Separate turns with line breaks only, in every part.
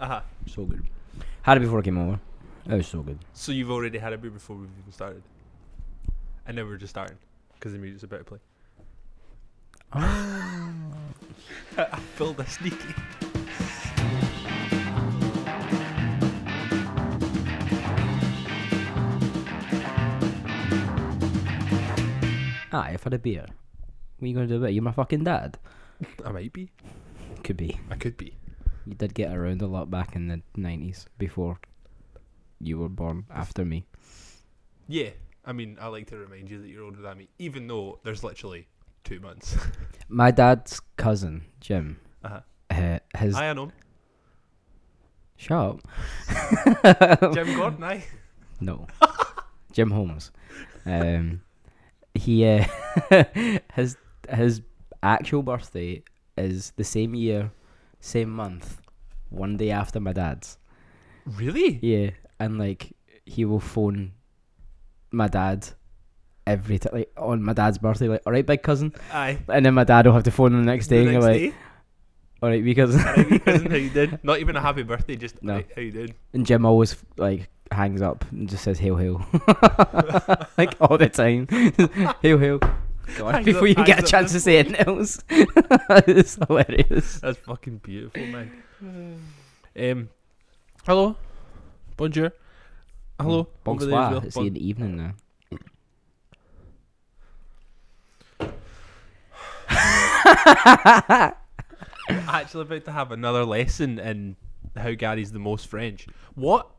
Uh huh.
So good. Had it before I came over. It was so good.
So you've already had a beer before we've even started, and now we're just starting because the music's about to play. Oh. I filled a sneaky.
Ah, I've had a beer. What are you gonna do about it? You're my fucking dad.
I might be.
Could be.
I could be.
You did get around a lot back in the nineties before you were born after me.
Yeah. I mean, I like to remind you that you're older than me, even though there's literally two months.
My dad's cousin, Jim.
Uh-huh.
Uh, his
I know.
shut up.
Jim Gordon, aye.
No. Jim Holmes. Um, he uh, his his actual birthday is the same year, same month, one day after my dad's.
Really?
Yeah, and like he will phone my dad every time, like on my dad's birthday, like all right, big cousin,
Aye.
and then my dad will have to phone him the next day,
the
and
next
go like,
day,
all right, big cousin.
alright, wee cousin, how you did? Not even a happy birthday, just
No.
"Alright, how you did?
And Jim always like hangs up and just says hail hail, like all the time. hail hail. God,
Hangs
before
up-
you get a
hangs up
chance to say anything else, it's hilarious.
That's fucking beautiful, man. um, hello, bonjour, hello,
Mm,
over there as
bonsoir.
well.
It's
Bon-
in the evening now.
We're actually about to have another lesson in how Gary's the most French. What?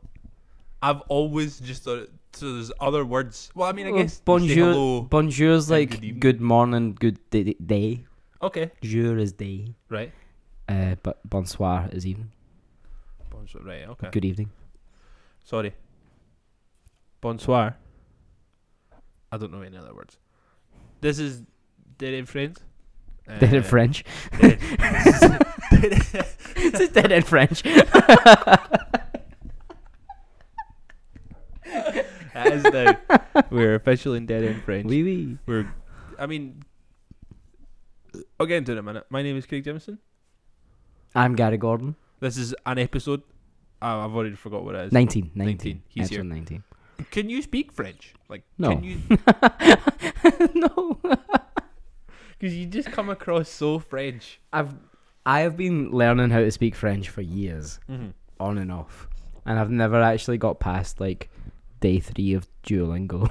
I've always just thought so. There's other words. Well, I mean, I
Well,
guess you say
Oh, bonjour.
hello.
Bonjour's
and
like
good evening.
good, morning, good day, day.
okay,
Jour is day.
right.
Uh, but bonsoir is evening.
Bonjour. Right. Okay.
Good evening.
Sorry. Bonsoir. I don't know any other words. This is Dead End Friends. Uh,
Dead in French.
Dead. This is-
it's dead in French.
That is now. We're officially in Dead End Friends.
Wee wee.
We're, I mean, I'll get into it in a minute. My name is Craig Jemison.
I'm Gary Gordon.
This is an episode. Oh, I've already forgot what it is.
19. 19.
19. He's
Episode
here.
19.
Can you speak French? Like,
No.
Can you?
no.
Because you just come across so French.
I've I have been learning how to speak French for years,
Mhm.
on and off, and I've never actually got past like day three of Duolingo.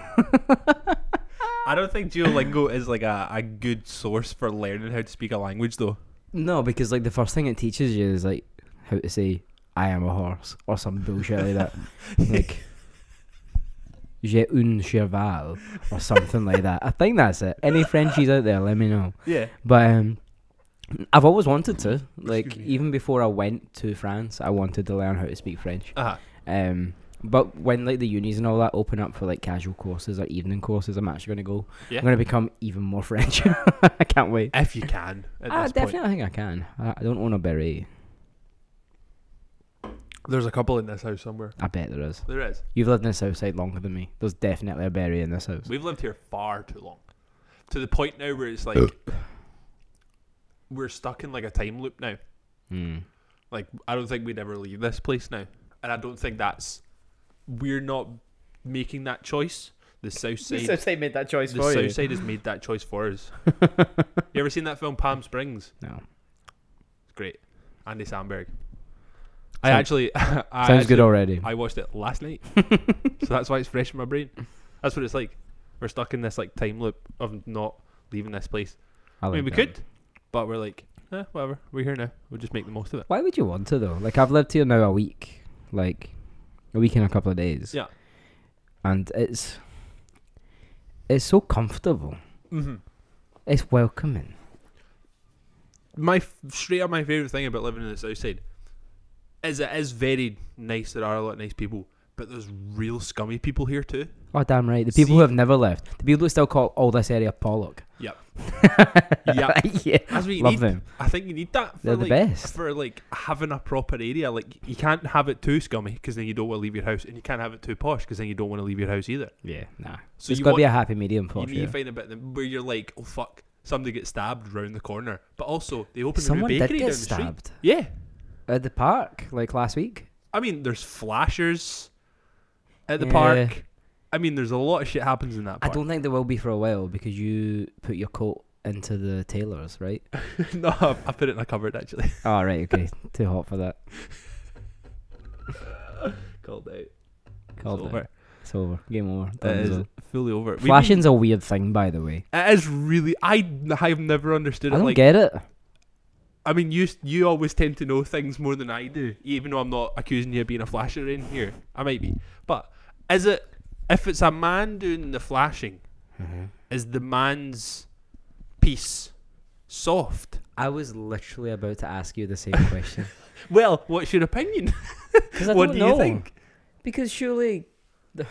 I don't think Duolingo is like a, a good source for learning how to speak a language, though.
no, because like the first thing it teaches you is like how to say "I am a horse" or some bullshit like that, like "J'ai un cheval" or something like that. I think that's it. Any Frenchies out there, let me know.
Yeah.
But um, I've always wanted to. Like
Excuse me.
even before I went to France, I wanted to learn how to speak French.
Uh huh.
Um, but when like the unis and all that open up for like casual courses or evening courses, I'm actually gonna go.
Yeah.
I'm gonna become even more French. I can't wait.
If you can. At
I
this
Ah, definitely
Point.
think I can. I, I don't own a beret.
There's a couple in this house somewhere.
I bet there is.
There is.
You've lived in this house like longer than me. There's definitely a beret in this house.
We've lived here far too long. To the point now where it's like we're stuck in like a time loop now.
Mm.
Like I don't think we'd ever leave this place now. And I don't think that's we're not making that choice. The South Side
made that choice
the South Side has made that choice for us. you ever seen that film Palm Springs?
No.
It's great. Andy Samberg. I
Sounds-
actually I
Sounds
actually-
good already.
I watched it last night. so that's why it's fresh in my brain. That's what it's like. We're stuck in this like time loop of not leaving this place. I mean,
like
we
that.
could, but we're like, eh, whatever. We're here now. We'll just make the most of it.
Why would you want to though? Like I've lived here now a week, like a week and a couple of days.
Yeah.
And it's it's so comfortable.
Mm-hmm.
It's welcoming.
My f- straight up, my favorite thing about living in the south side is it is very nice. There are a lot of nice people, but there's real scummy people here too.
Oh damn right. The people who
See-
have never left. The people who still call all this area Pollock.
Yep.
yeah.
Yep. That's what you
Love
need.
them.
I think you need that. For
They're
like,
the best.
for like having a proper area. Like you can't have it too scummy because then you don't want to leave your house, and you can't have it too posh because then you don't want to leave your house either.
Yeah. Nah.
So
There's
you
gotta be
want-
a happy medium for
you need
sure.
to find a bit that- where you're like, oh fuck, somebody gets stabbed round the corner, but also they opened a new
Someone
bakery
did
down the
get
street.
stabbed.
Yeah,
at the park like last week.
I mean, there's flashers at the
Yeah.
park. I mean, there's a lot of shit happens in that
I
park.
don't think there will be for a while because you put your coat into the tailors, right?
no, I I put it in a cupboard actually.
oh, right, okay. Too hot for that.
Called out. It's
Called
over.
It. It's over. Game over.
It
Done
is
deal.
fully over. We need-
Flashing's a weird thing, by the way.
It is really. I I've never understood
I
it.
don't
Like
get it.
I mean, you you always tend to know things more than I do, even though I'm not accusing you of being a flasher in here. I might be, but is it if it's a man doing the flashing? Is the man's piece soft?
I was literally about to ask you the same question.
Well, what's your opinion?
Because I
what
don't
do
know.
you think?
Because surely, the-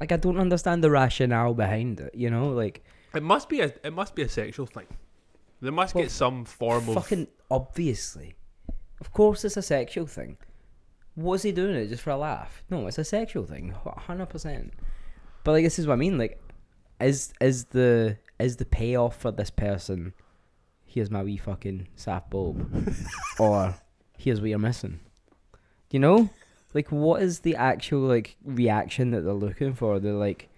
like, I don't understand the rationale behind it. You know, like,
It must be a it must be a sexual thing. There must
Well,
get some form of
fucking obviously, of course, it's a sexual thing. Was he doing it just for a laugh? No, it's a sexual thing, hundred percent. But like, this is what I mean. Like, is is the is the payoff for this person? Here's my wee fucking sap bulb, or here's what you're missing. You know, like, what is the actual like reaction that they're looking for? They're like,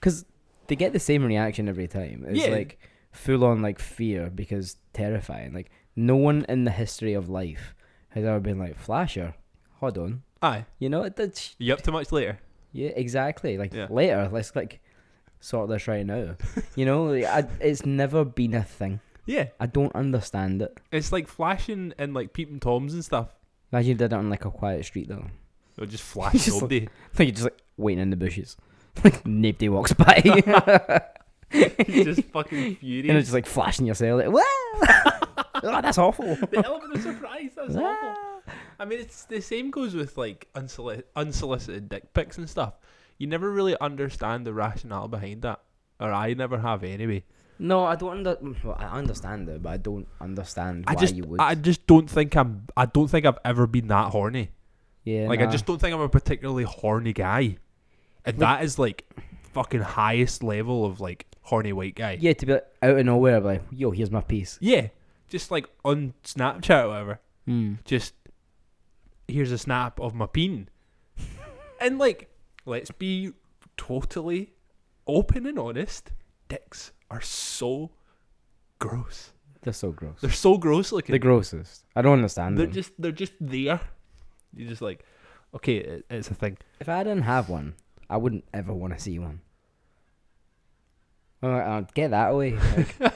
because they get the same reaction every time. It's
Yeah.
like full on like fear because terrifying. Like no one in the history of life has ever been like Flasher. Hold on,
aye.
you know it. That's
You up to much later?
yeah, exactly. Like
Yeah.
later, let's like sort this right now. you know, like, I, it's never been a thing.
Yeah,
I don't understand it.
it's like flashing and like peeping toms and stuff.
Imagine you did it on like a quiet street though.
Or just flash
Just like-
nobody.
Like you're just like waiting in the bushes. Like nobody walks by.
just fucking
And it's
furious.
just like flashing yourself, like, "Whoa!" oh, that's awful.
the element of surprise. That's awful.
Ah.
I mean, it's the same goes with like unsoli- unsolicited dick pics and stuff. You never really understand the rationale behind that, or I never have anyway.
No, I don't under. Well, I understand it, but I don't understand why
I just,
you would.
I just don't think I'm. I don't think I've ever been that horny.
yeah,
like, I
nah.
just don't think I'm a particularly horny guy, and that is like fucking highest level of like horny white guy.
yeah to be like, out of nowhere, be like yo, here's my piece.
Yeah, just like on Snapchat or whatever.
Mm.
just here's a snap of my peen. and like, let's be totally open and honest. Dicks are so gross.
They're so gross.
They're so gross looking.
the grossest. I don't understand
They're
them.
just they're just there. You're just like, okay, it, it's a thing.
if I didn't have one, I wouldn't ever want to see one. Well, I- I'd get that away. Like,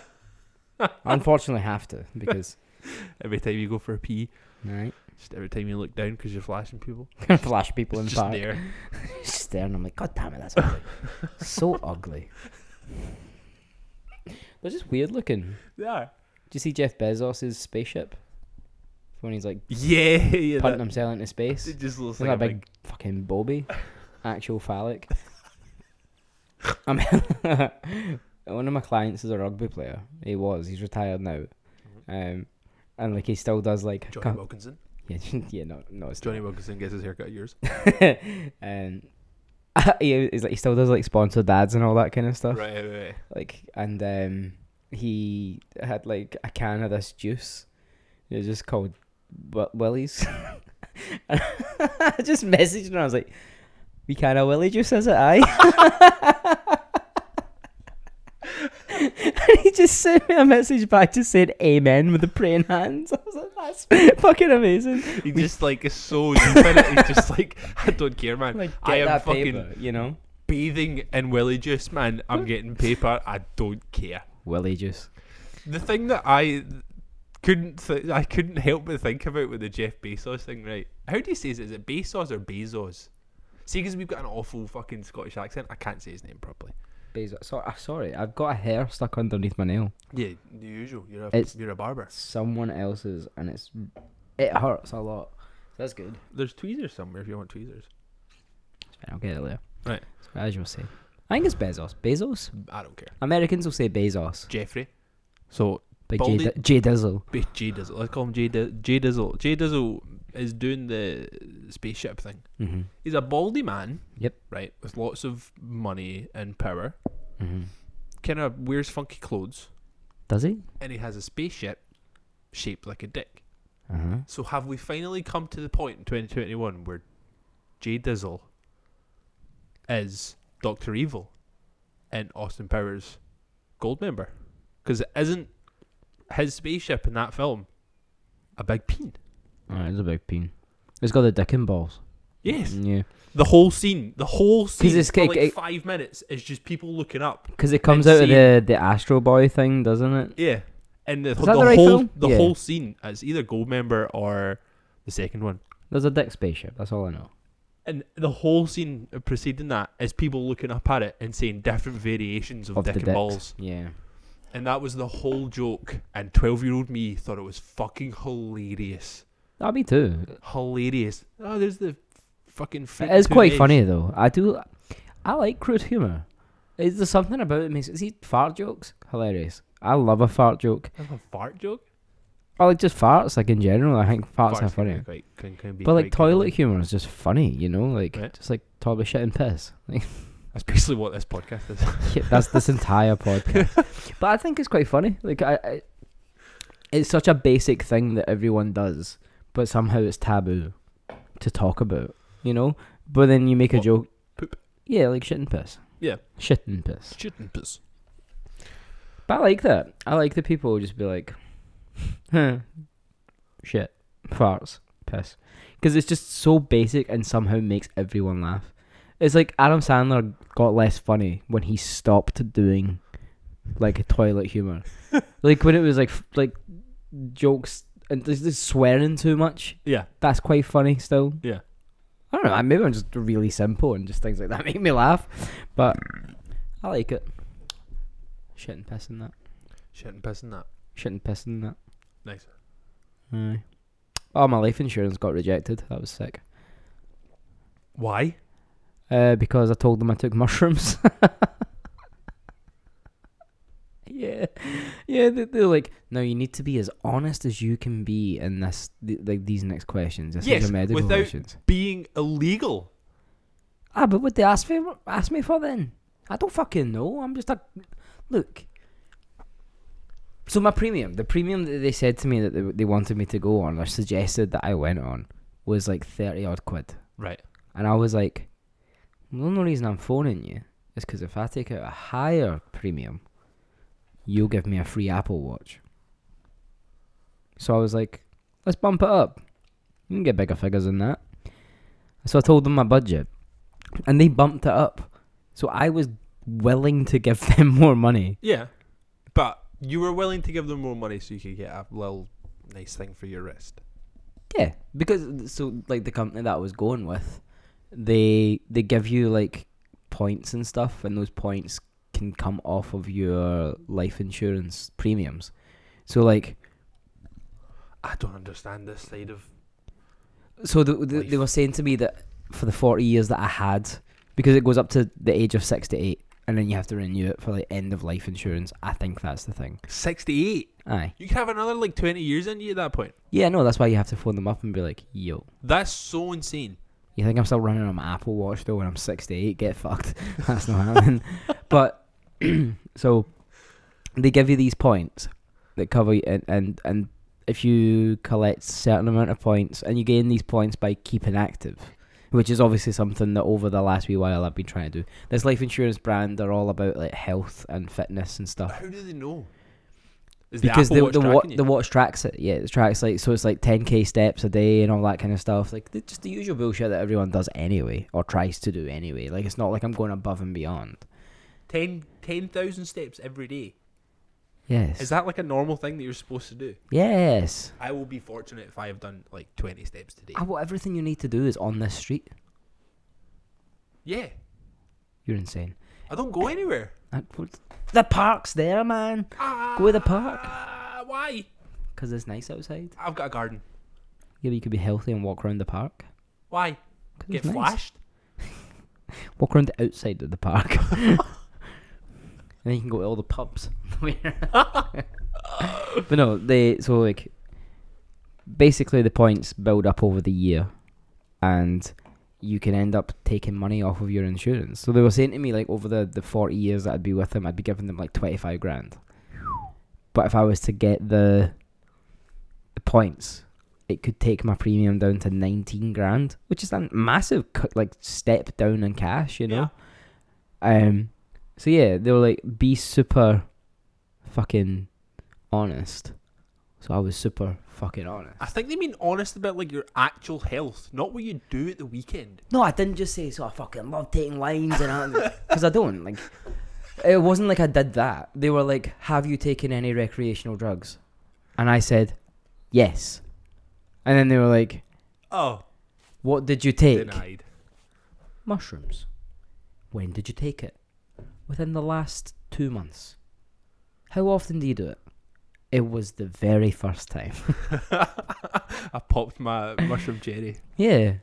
I unfortunately have to because
Every time you go for a pee,
right,
just every time you look down because you're flashing people,
flash people in
it's
the
just
park.
there.
staring. I'm like, God damn it, that's ugly. so ugly. They're just weird looking.
They are.
Do you see Jeff Bezos's spaceship? When he's like
Yeah, yeah.
punting
That,
himself into space.
it just looks
Isn't
like a
that
big.
big fucking Bobby? Actual phallic. I mean, one of my clients is a rugby player. He was. He's retired now. Um, and like he still does like
Mm-hmm. Johnny
co-
Wilkinson.
yeah, yeah, no, no, it's
Johnny Wilkinson gets his haircut at yours.
and he, he's like he still does like sponsor dads and all that kind of stuff.
right, right, right.
Like and um, he had like a can of this juice. It was just called Wi- Willie's. And I just messaged him. I was like, "We can of Willie juice, is it?" I. and he just sent me a message back just saying "Amen" with the praying hands. I was like, "That's fucking amazing."
He
We-
just like is so deep in it. He's just like, I don't care, man.
Like,
I
get
am
that
fucking
paper, you know.
bathing in willy juice, man. I'm getting paper. I don't care.
Willie juice.
The thing that I couldn't, th- I couldn't help but think about with the Jeff Bezos thing, right? How do you say it? Is it Bezos or Bezos? See, because we've got an awful fucking Scottish accent, I can't say his name properly.
Bezos. So, uh, sorry, I've got a hair stuck underneath my nail.
Yeah, the usual. You're a
It's-
you're a barber.
Someone else's, and it's it hurts a lot. That's good.
There's tweezers somewhere if you want tweezers.
It's fine, I'll get it later.
Right.
It's what I usually say. I think it's Bezos. Bezos.
I don't care.
Americans will say Bezos.
Jeffrey. So
Like J,
Baldy-
Di- J Dizzle.
Ba- J Dizzle. Let's call him J, Di- J Dizzle. J Dizzle is doing the spaceship thing.
Mm-hmm.
He's a baldy man.
Yep.
Right, with lots of money and power.
Mm-hmm.
Kind of wears funky clothes,
Does he?
and he has a spaceship shaped like a dick.
Uh-huh.
So have we finally come to the point in 2021 where Jay Dizzle is Doctor Evil and Austin Powers gold member? Because isn't his spaceship in that film a big peen?
Alright, Oh, it's a big peen. It's got the dick and balls. Mm,
Yes.
Yeah.
The whole scene, the whole scene
it's
for
ca-
like
ca-
five minutes is just people looking up.
Because it comes
And
out of
see-
the, the Astro Boy thing, doesn't it?
Yeah. And the,
that
the
the right
whole
film?
the
Yeah.
whole scene is either gold member or the second one.
There's a dick spaceship, that's all I know.
And the whole scene preceding that is people looking up at it and saying different variations of,
Of
dick
the
and
dicks.
balls.
Yeah.
And that was the whole joke. And 12 year old me thought it was fucking hilarious.
That'd be too.
Hilarious. Oh, there's the fucking
It
freak
is quite
teenage-
funny though. I do I like crude humour. Is there something about it makes it see fart jokes? Hilarious. I love a fart joke.
That's a fart joke?
I like just farts, like in general. I think farts, are
Farts can be
Oh, funny.
Quite, can, can be
But like
quite good.
toilet humour is just funny, you know, like
Right.
just like toilet shit and piss. Like
That's basically what this podcast is.
yeah, that's this entire podcast. But I think it's quite funny. Like I, I it's such a basic thing that everyone does, but somehow it's taboo to talk about, you know? But then you make a
What?
joke.
Poop?
Yeah, like shit and piss.
Yeah.
Shit and piss.
Shouldn't piss.
But I like that. I like the people who just be like, huh, shit, farts, piss. Because it's just so basic and somehow makes everyone laugh. It's like Adam Sandler got less funny when he stopped doing like toilet humor. like when it was like f- like jokes and just just swearing too much.
Yeah.
That's quite funny still.
Yeah.
I don't know. Maybe I'm just really simple and just things like that make me laugh. But I like it. Shit and piss and that.
Shit and piss and that.
Shit and piss and that.
Nice.
Aye. Oh, my life insurance got rejected. That was sick.
Why?
Uh, because I told them I took mushrooms. yeah, yeah. They, they're like, no, you need to be as honest as you can be in this, th- like these next questions. This
Yes,
is your medical
without-
questions.
Being illegal.
Ah, but what they ask for? Ask me for then? I don't fucking know. I'm just a look. So my premium, the premium that they said to me that they, they wanted me to go on or suggested that I went on, was like thirty odd quid.
Right.
And I was like, the only reason I'm phoning you is because if I take out a higher premium, you'll give me a free Apple Watch. So I was like, let's bump it up. You can get bigger figures than that. So I told them my budget, and they bumped it up. So I was willing to give them more money.
Yeah. But you were willing to give them more money so you could get a little nice thing for your wrist.
Yeah, because so like the company that I was going with, they they give you like points and stuff, and those points can come off of your life insurance premiums. So like,
I don't understand this side of.
so the, the, they
Life.
were saying to me that for the forty years that I had, because it goes up to the age of sixty-eight, and then you have to renew it for like end of life insurance. I think that's the thing.
68.
Aye,
You could have another like 20 years in you at that point.
yeah, no, that's why you have to phone them up and be like, yo.
That's so insane.
You think I'm still running on my Apple Watch though when I'm 68? Get fucked. That's not happening. But so they give you these points that cover you, and, and and if you collect certain amount of points, and you gain these points by keeping active, which is obviously something that over the last wee while I've been trying to do. This life insurance brand are all about like health and fitness and stuff
How do they know? Is
because
Apple Watch
the the, wa-
tracking you?
the watch tracks it. Yeah, it tracks like so it's like 10k steps a day and all that kind of stuff. Like the, just the usual bullshit that everyone does anyway or tries to do anyway. Like it's not like I'm going above and beyond.
10 10,000 steps every day.
Yes.
Is that like a normal thing that you're supposed to do?
yes.
I will be fortunate if I have done like 20 steps today.
Ah, well, everything you need to do is on this street.
Yeah.
You're insane.
I don't go anywhere.
That- what- The park's there, man.
Ah,
Go to the park
Uh, why?
because it's nice outside.
I've got a garden.
Yeah, but you could be healthy and walk around the park.
Why?
'Cause
Get
it's nice.
flashed?
Walk around the outside of the park. and then you can go to all the pubs. but no, they so like basically the points build up over the year and you can end up taking money off of your insurance. So they were saying to me like over the, the forty years that I'd be with them I'd be giving them like twenty five grand. But if I was to get the the points, it could take my premium down to 19 grand, which is a massive cut, like step down in cash, you know. Um, so yeah, they were like, be super fucking honest. So I was super fucking honest.
I think they mean honest about like your actual health, not what you do at the weekend.
No, I didn't just say so. I fucking love taking lines and because I don't like. It wasn't like I did that. They were like, "Have you taken any recreational drugs?" And I said, "Yes." And then they were like,
Oh,
"What did you take?"
denied.
Mushrooms. When did you take it? Within the last two months. How often do you do it? It was the very first time.
I popped my mushroom cherry.
Yeah.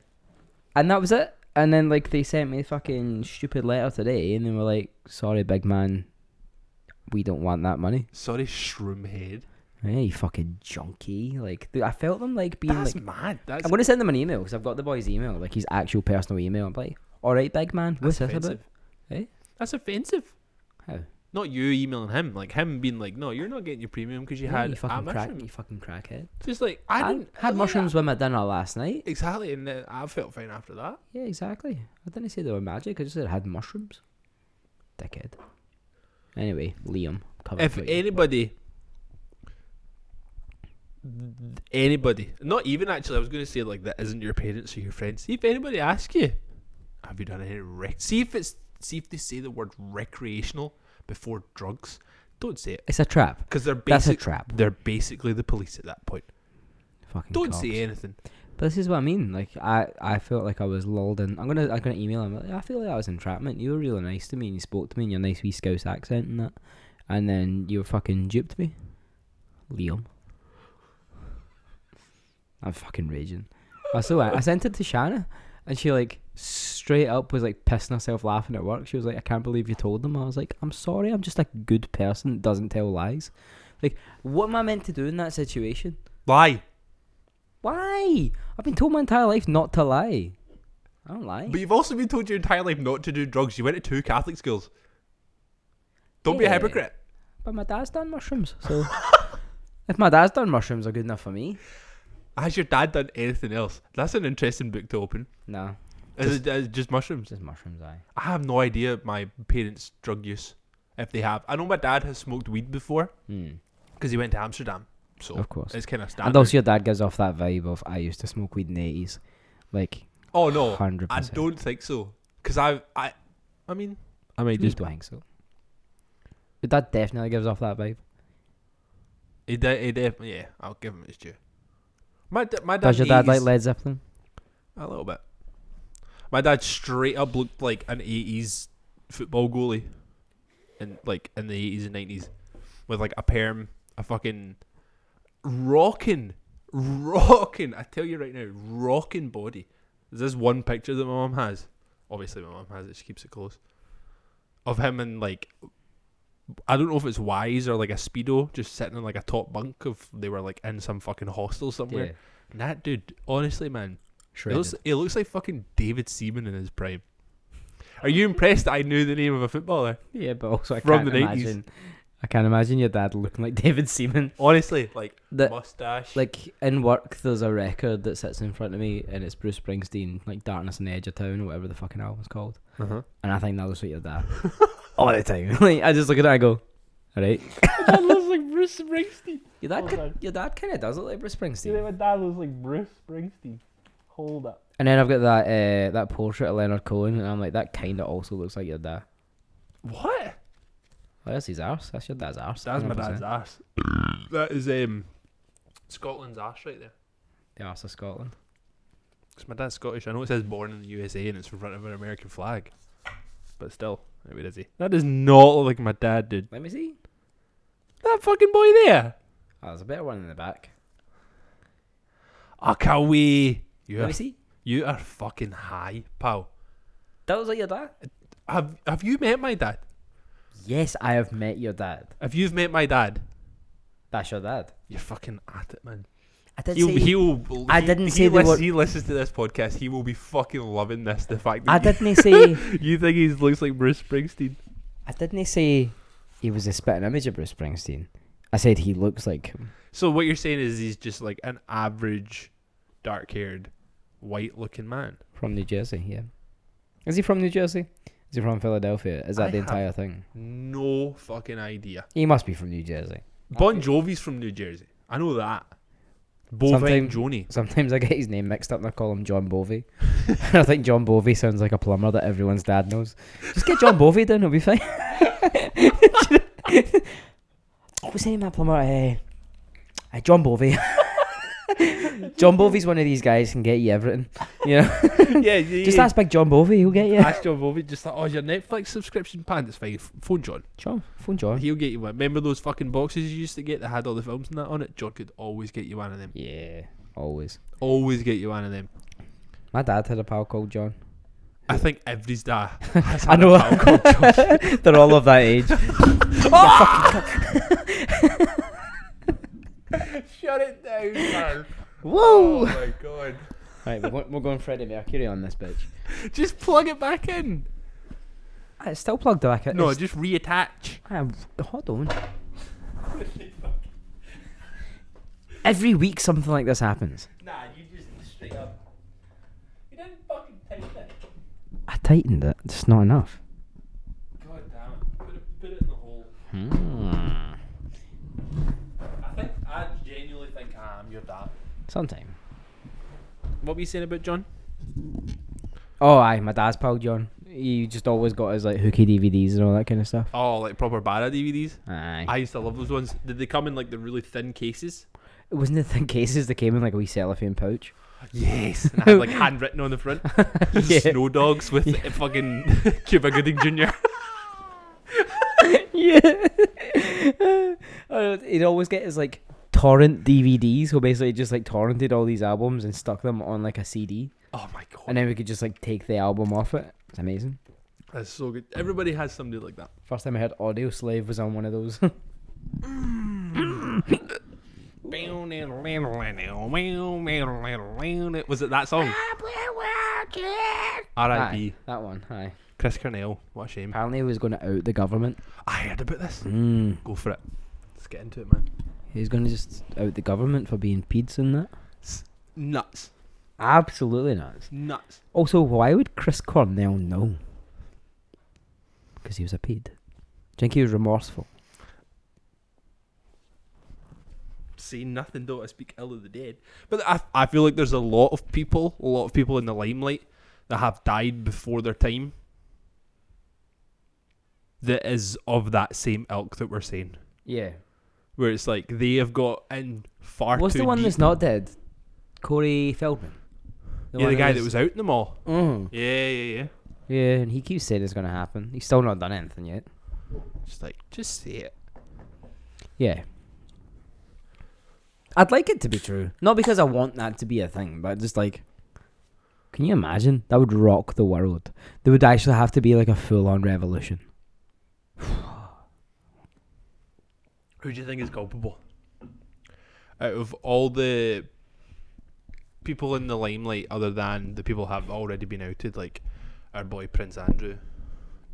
And that was it. And then like they sent me a fucking stupid letter today and they were like, Sorry, big man, we don't want that money.
Sorry, shroom head.
Yeah, you fucking junkie. Like th- I felt them like being
That's
like
mad. That's,
I'm gonna send them an email because I've got the boy's email, like his actual personal email. I'm like, Alright, big man, what's
that's
this
offensive.
about? Eh?
That's offensive.
How?
Not you emailing him, like him being like, "No, you're not getting your premium because you
Yeah,
had
you
a
fucking crack
mushroom."
you fucking crackhead.
Just like I,
I
didn't
had
like,
mushrooms with my dinner last night.
Exactly, and then I felt fine after that.
Yeah, exactly. I didn't say they were magic. I just said I had mushrooms. Dickhead. Anyway, Liam, come
if anybody, anybody, not even actually, I was going to say like that isn't your parents or your friends. See if anybody asks you, have you done any rec? See if it's see if they say the word recreational before drugs. Don't say it
it's a trap.
because they're
That's a
basic.
trap.
They're basically the police at that point.
Fucking
Don't
cops.
say anything.
But this is what I mean. Like I, I felt like I was lulled in. I'm gonna, I'm gonna email him. Like, I feel like that was entrapment. You were really nice to me, and you spoke to me in your nice wee Scouse accent and that, and then you fucking duped me, Liam. I'm fucking raging. I so I sent it to Shanna, and she like straight up was like pissing herself laughing at work. She was like, "I can't believe you told them." I was like, "I'm sorry. I'm just a good person. that Doesn't tell lies." Like, what am I meant to do in that situation?
Lie,
Why? I've been told my entire life not to lie. I don't lie.
but you've also been told your entire life not to do drugs. You went to two Catholic schools. Don't be a
Yeah.
hypocrite.
But my dad's done mushrooms, so if my dad's done mushrooms, are good enough for me.
Has your dad done anything else? That's an interesting book to open.
No,
Is it is it just mushrooms?
it's just mushrooms. I.
I have no idea my parents' drug use, if they have. I know my dad has smoked weed before
Mm,
because he went to Amsterdam, so
of course.
it's kind of standard.
And also, your dad gives off that vibe of I used to smoke weed in the eighties, like
oh no,
hundred
I
percent.
don't think so. Because I, I, I mean, I
I
mean,
do think so. Your dad definitely gives off that vibe.
he did, he did, yeah. I'll give him his due. My da- my dad
Does your dad like
80s
Led Zeppelin?
a little bit. My dad straight up looked like an eighties football goalie, and like in the eighties and nineties, with like a perm, a fucking rocking, rocking. I tell you right now, rocking body. There's this one picture that my mom has. Obviously, my mom has it. She keeps it close. Of him and like, I don't know if it's Wise or like a speedo, just sitting in like a top bunk of they were like in some fucking hostel somewhere. And that dude, honestly, man, it
shredded.
looks, it looks like fucking David Seaman in his prime. Are you impressed that I knew the name of a footballer?
yeah, but also I
from
can't
the 90s.
imagine. I can't imagine your dad looking like David Seaman.
Honestly, like
The-
mustache.
Uh, Like in work, there's a record that sits in front of me, and it's Bruce Springsteen, like "Darkness on the Edge of Town" or whatever the fucking album's called.
uh-huh.
And I think that looks like your dad all the time. like I just look at it, and I go, "All right."
dad looks like Bruce Springsteen.
Your dad,
Hold
ki-
on.
your dad kind of does look like Bruce Springsteen.
my dad looks like Bruce Springsteen. Hold up.
And then I've got that uh, that portrait of Leonard Cohen, and I'm like, that kind of also looks like your dad.
What?
Well, that's his arse. That's your dad's arse.
That's my
100%.
dad's ass. that is um Scotland's ass right there.
The arse of Scotland.
Because my dad's Scottish. I know it says born in the USA and it's in front of an American flag. But still, how does he? That does not look like my dad, dude.
Let me see.
That fucking boy there.
Oh, there's a better one in the back.
Akawi. You
Let
are,
me see.
you are fucking high, pal.
That was like your dad.
Have Have you met my dad?
Yes, I have met your dad.
If you've met my dad,
That's your dad.
you're fucking at it, man.
I did
He'll,
say
he'll,
I
he-
didn't
he
say they
lis-
were-
He listens to this podcast. He will be fucking loving this. The fact
I
that
didn't say
you, you think he looks like Bruce Springsteen.
I didn't say he was a spitting image of Bruce Springsteen. I said he looks like him.
So what you're saying is he's just like an average dark haired, white looking man.
From New Jersey, yeah. Is he from New Jersey? Is he from Philadelphia? Is that
I
the
have-
entire thing?
No fucking idea.
He must be from New Jersey.
Bon Jovi's from New Jersey. I know that. Bovine
Sometime-
Joni.
Sometimes I get his name mixed up and I call him John Bovey. and I think John Bovey sounds like a plumber that everyone's dad knows. Just get John Bovey down, he'll be fine. what was the name of that plumber? Eh, eh, John Bovey. John Bovey's one of these guys can get you everything. You know,
yeah, yeah,
just
yeah.
ask Big John Bovey, he'll get you.
Ask John Bovey, just like, oh, your Netflix subscription planned. It's fine. F- Phone John.
John, phone John.
He'll get you one. Remember those fucking boxes you used to get that had all the films and that on it? John could always get you one of them.
Yeah, always.
Always get you one of them.
My dad had a pal called John.
I think every star.
I know. They're all of that age.
Shut it down, man. Oh
Whoa!
my god.
right, we're, go- we're going Freddie Mercury on this bitch.
Just plug it back in.
Uh, It's still plugged back in.
No,
It's-
just reattach.
Ah, hold on. Every week something like this happens.
Nah, you just straight up. You didn't fucking tighten it.
I tightened it. It's not enough.
God damn it. Put it, put it in the hole.
Hmm.
I think I genuinely think I am your dad.
Sometime.
What were you saying about John?
Oh, aye, my dad's pal John. He just always got his like hooky DVDs and all that kind of stuff.
Oh, like proper Barra DVDs.
Aye.
I used to love those ones. Did they come in like the really thin cases?
it wasn't the thin cases that came in like a wee cellophane pouch.
Yes. And I had like handwritten on the front. Snow dogs with uh, fucking Cuba Gooding Jr.
yeah. Uh, He'd always get his like torrent DVDs, who basically just like torrented all these albums and stuck them on like a CD,
Oh my god.
and then we could just like take the album off it. It's amazing.
That's so good. Everybody has somebody like that.
First time I heard Audio Slave was on one of those.
Was it that song? R.I.P.
Aye, that one. Hi.
Chris Cornell. What a shame.
Apparently, he was going to out the government.
I heard about this.
Mm.
Go for it. Let's get into it, man.
He was going to just out the government for being peds and that.
Nuts.
Absolutely not.
Nuts.
Also, why would Chris Cornell know? Because he was a ped. Do you think he was remorseful?
Say nothing, don't I speak ill of the dead. But I, I feel like there's a lot of people, a lot of people in the limelight that have died before their time that is of that same ilk that we're saying.
Yeah.
Where it's like they have got in far
What's
too
the one
deep.
that's not dead? Corey Feldman.
yeah,
one
the guy that was out in the mall.
Mm.
Yeah, yeah, yeah.
Yeah, and he keeps saying it's going to happen. He's still not done anything yet.
Just like, just say it.
Yeah. I'd like it to be true. Not because I want that to be a thing, but just like can you imagine? That would rock the world. There would actually have to be like a full on revolution.
Who do you think is culpable? Out of all the people in the limelight, other than the people who have already been outed, like our boy Prince Andrew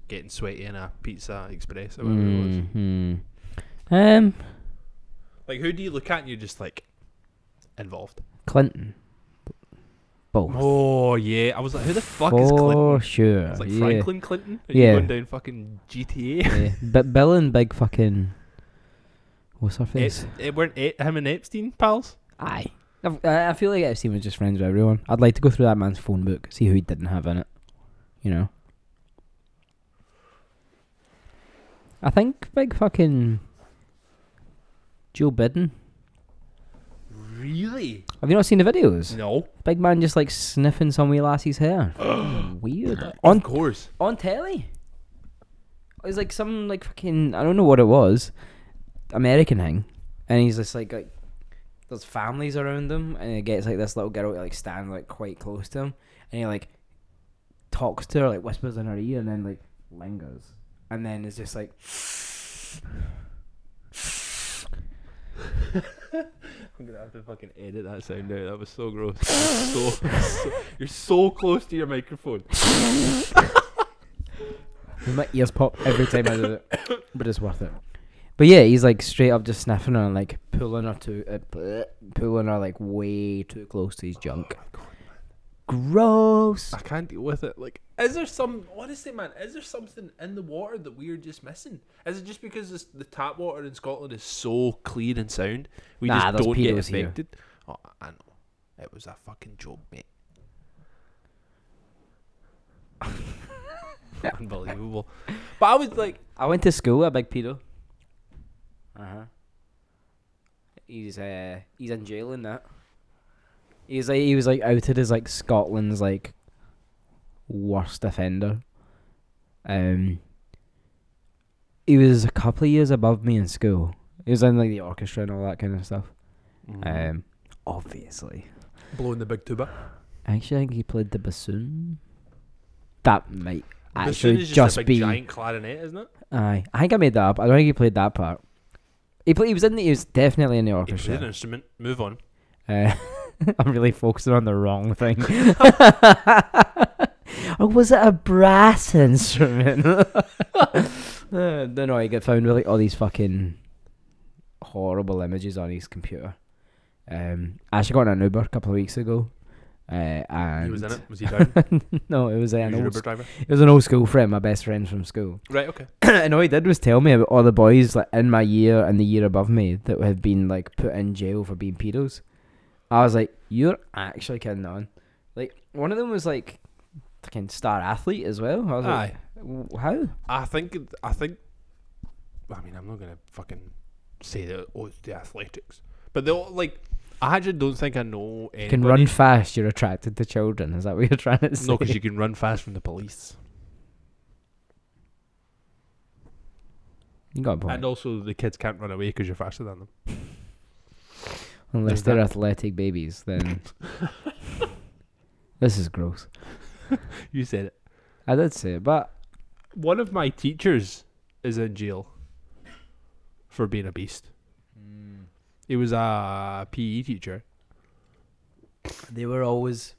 getting sweaty in a Pizza Express or whatever it was.
Mhm. Um
Like, who do you look at and you're just like involved?
Clinton. Both.
Oh yeah, I was like, who the fuck is
For
Clinton?
sure.
It's like
yeah.
Franklin Clinton. Are
Yeah.
you going down fucking GTA?
yeah. But Bill and Big fucking what's her face?
It, it Eh, weren't it, him and Epstein pals.
Aye. I've- I I feel like Epstein was just friends with everyone. I'd like to go through that man's phone book, see who he didn't have in it. You know? I think big fucking Joe Biden.
Really?
Have you not seen the videos?
No.
Big man just like sniffing some wee lassie's hair. Weird.
Of
On
course.
on telly. It was like some like fucking I don't know what it was, American thing, and he's just like like there's families around him, and it gets like this little girl to like stand like quite close to him, and he like talks to her like whispers in her ear, and then like lingers, and then it's just like
I'm gonna have to fucking edit that sound out. That was so gross. You're so, so- you're so close to your microphone.
my ears pop every time I do it, but it's worth it. But yeah, he's like straight up just sniffing her and like pulling her to uh, bleh, pulling her like way too close to his junk. Gross.
I can't deal with it. Like, is there some honestly, man? Is there something in the water that we're just missing? Is it just because this, the tap water in Scotland is so clear and sound, we just
Nah, there's
don't get
pedos here.
affected? Oh, I know. It was a fucking joke, mate. Unbelievable. But I was like,
I went to school with a big pedo. Uh
Uh-huh.
huh. He's uh he's in jail in that. He's like he was like outed as like Scotland's like worst offender. Um. He was a couple of years above me in school. He was in like the orchestra and all that kind of stuff.
Uh, Mm-hmm.
Um, obviously.
blowing the big tuba.
Actually, I think he played the bassoon. That might
the soon
actually
is
just,
just, a big
be.
giant clarinet, isn't it?
Aye, I think I made that up. I don't think he played that part. He play, He was in. The, he was definitely in the
He plays an
orchestra.
instrument. Move on.
Uh, I'm really focusing on the wrong thing. or was it a brass instrument? uh, no, no, he got found with like all these fucking horrible images on his computer. Um, I actually got in an Uber a couple of weeks ago, uh, and
he was in it. Was he down? He
no, it was, uh,
was
an
your
old,
Uber driver.
it was an old school friend, my best friend from school.
Right. Okay.
and all he did was tell me about all the boys like in my year and the year above me that had been like put in jail for being pedos. I was like, you're actually kidding on. Like one of them was like fucking star athlete as well. I was
Aye.
like, "W- how?
I think it- I think I mean I'm not gonna fucking say that oh it's the athletics. But they all like I actually don't think I know anybody.
You can run fast. You're attracted to children. Is that what you're trying to say?
No, because you can run fast from the police.
You got a point.
And also the kids can't run away because you're faster than them.
Unless
There's
they're
that.
athletic babies, then this is gross.
You said it.
I did say it, but
One of my teachers is in jail for being a beast. He was a PE teacher.
they were always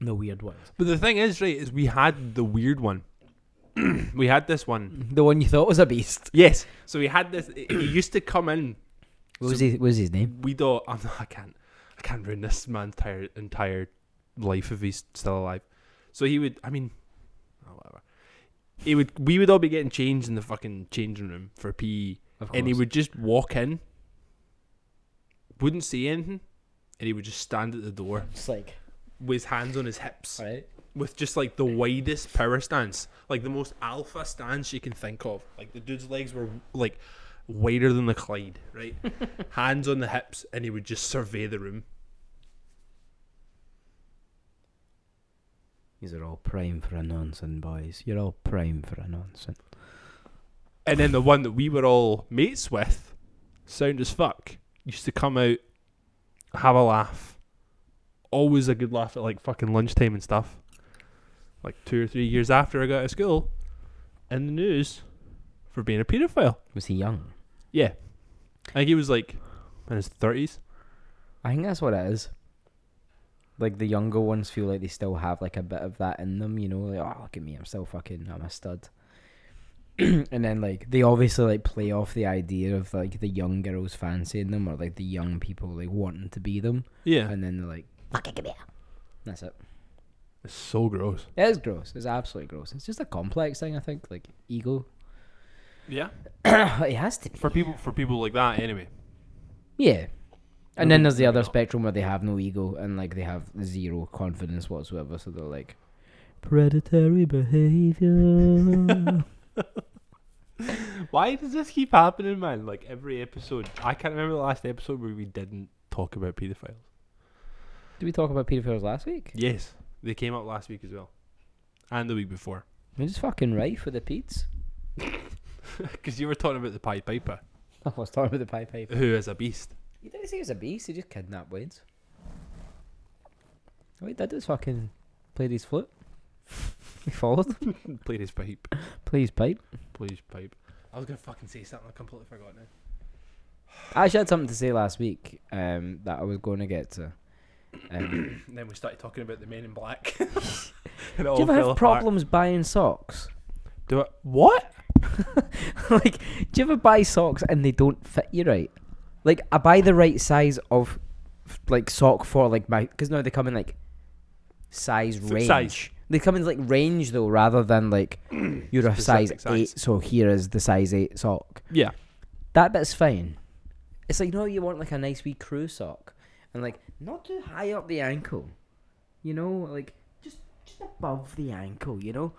the weird ones.
But the thing is, right, is we had the weird one. we had this one.
The one you thought was a beast.
Yes. So we had this. He he used to come in
What was, his, what was his name?
We don't. I'm not, I can't. I can't ruin this man's entire entire life if he's still alive. So he would. I mean, oh, whatever. He would. We would all be getting changed in the fucking changing room for PE,
Of
and he would just walk in, wouldn't say anything, and he would just stand at the door
just like,
with his hands on his hips,
right?
with just like the widest power stance, like the most alpha stance you can think of. Like the dude's legs were like wider than the Clyde, right? Hands on the hips, and he would just survey the room.
These are all prime for a nonsense, boys. You're all prime for a nonsense.
And then the one that we were all mates with, sound as fuck, used to come out, have a laugh. Always a good laugh at like fucking lunchtime and stuff. Like two or three years after I got out of school, in the news for being a paedophile.
Was he young?
Yeah. I think he was like in his 30s.
I think that's what it is. Like the younger ones feel like they still have like a bit of that in them, you know, like oh look at me, I'm still fucking, I'm a stud. and then like they obviously like play off the idea of like the young girls fancying them or like the young people like wanting to be them,
Yeah.
and then they're like, fucking give me that. That's it.
It's so gross.
It is gross. It's absolutely gross. It's just a complex thing, I think, like ego.
Yeah.
it has to be.
For people for people like that anyway.
Yeah. And
Maybe-
then there's the
maybe
other
not.
spectrum where they have no ego and like they have zero confidence whatsoever, so they're like predatory behavior.
Why does this keep happening, man? Like every episode. I can't remember the last episode where we didn't talk about pedophiles.
Did we talk about pedophiles last week?
Yes. They came up last week as well. And the week before.
We're just fucking rife with the peds.
Because you were talking about the Pied Piper,
I was talking about the pie pipe.
who is a beast.
He didn't say he was a beast, he just Oh, kidnapped Wades. All he did was fucking played his flute. He followed.
Played his pipe.
Play his pipe.
Played his pipe. I was going to fucking say something I completely forgot now.
I actually had something to say last week um, that I was going to get to. Um,
And then we started talking about the men in black. and it
do you
all
ever
fell
have
apart.
problems buying socks?
Do I, what?
like, do you ever buy socks and they don't fit you right? Like, I buy the right size of f- like sock for like my because now they come in like size
Foot
range.
size.
They come in like range though, rather than like you're a size,
Specific
eight, so here is the size eight sock.
Yeah.
That bit's fine. It's like no, you want like a nice wee crew sock and like not too high up the ankle, you know, like just just above the ankle, you know.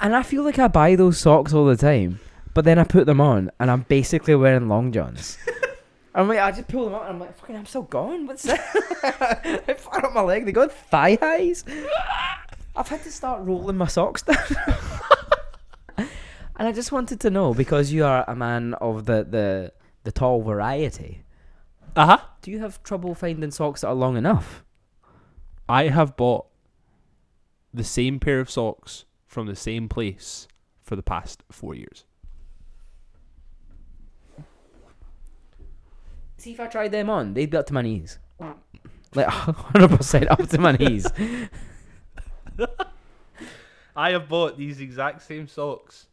and I feel like I buy those socks all the time, but then I put them on and I'm basically wearing long johns. I'm like, I just pull them up and I'm like, fucking, I'm still gone. What's that? How far up my leg? They got thigh highs. I've had to start rolling my socks down. and I just wanted to know because you are a man of the the, the tall variety.
Uh huh.
Do you have trouble finding socks that are long enough?
I have bought the same pair of socks from the same place for the past four years.
See if I tried them on, they'd be up to my knees.
Mm.
Like hundred percent up to my knees.
I have bought these exact same socks,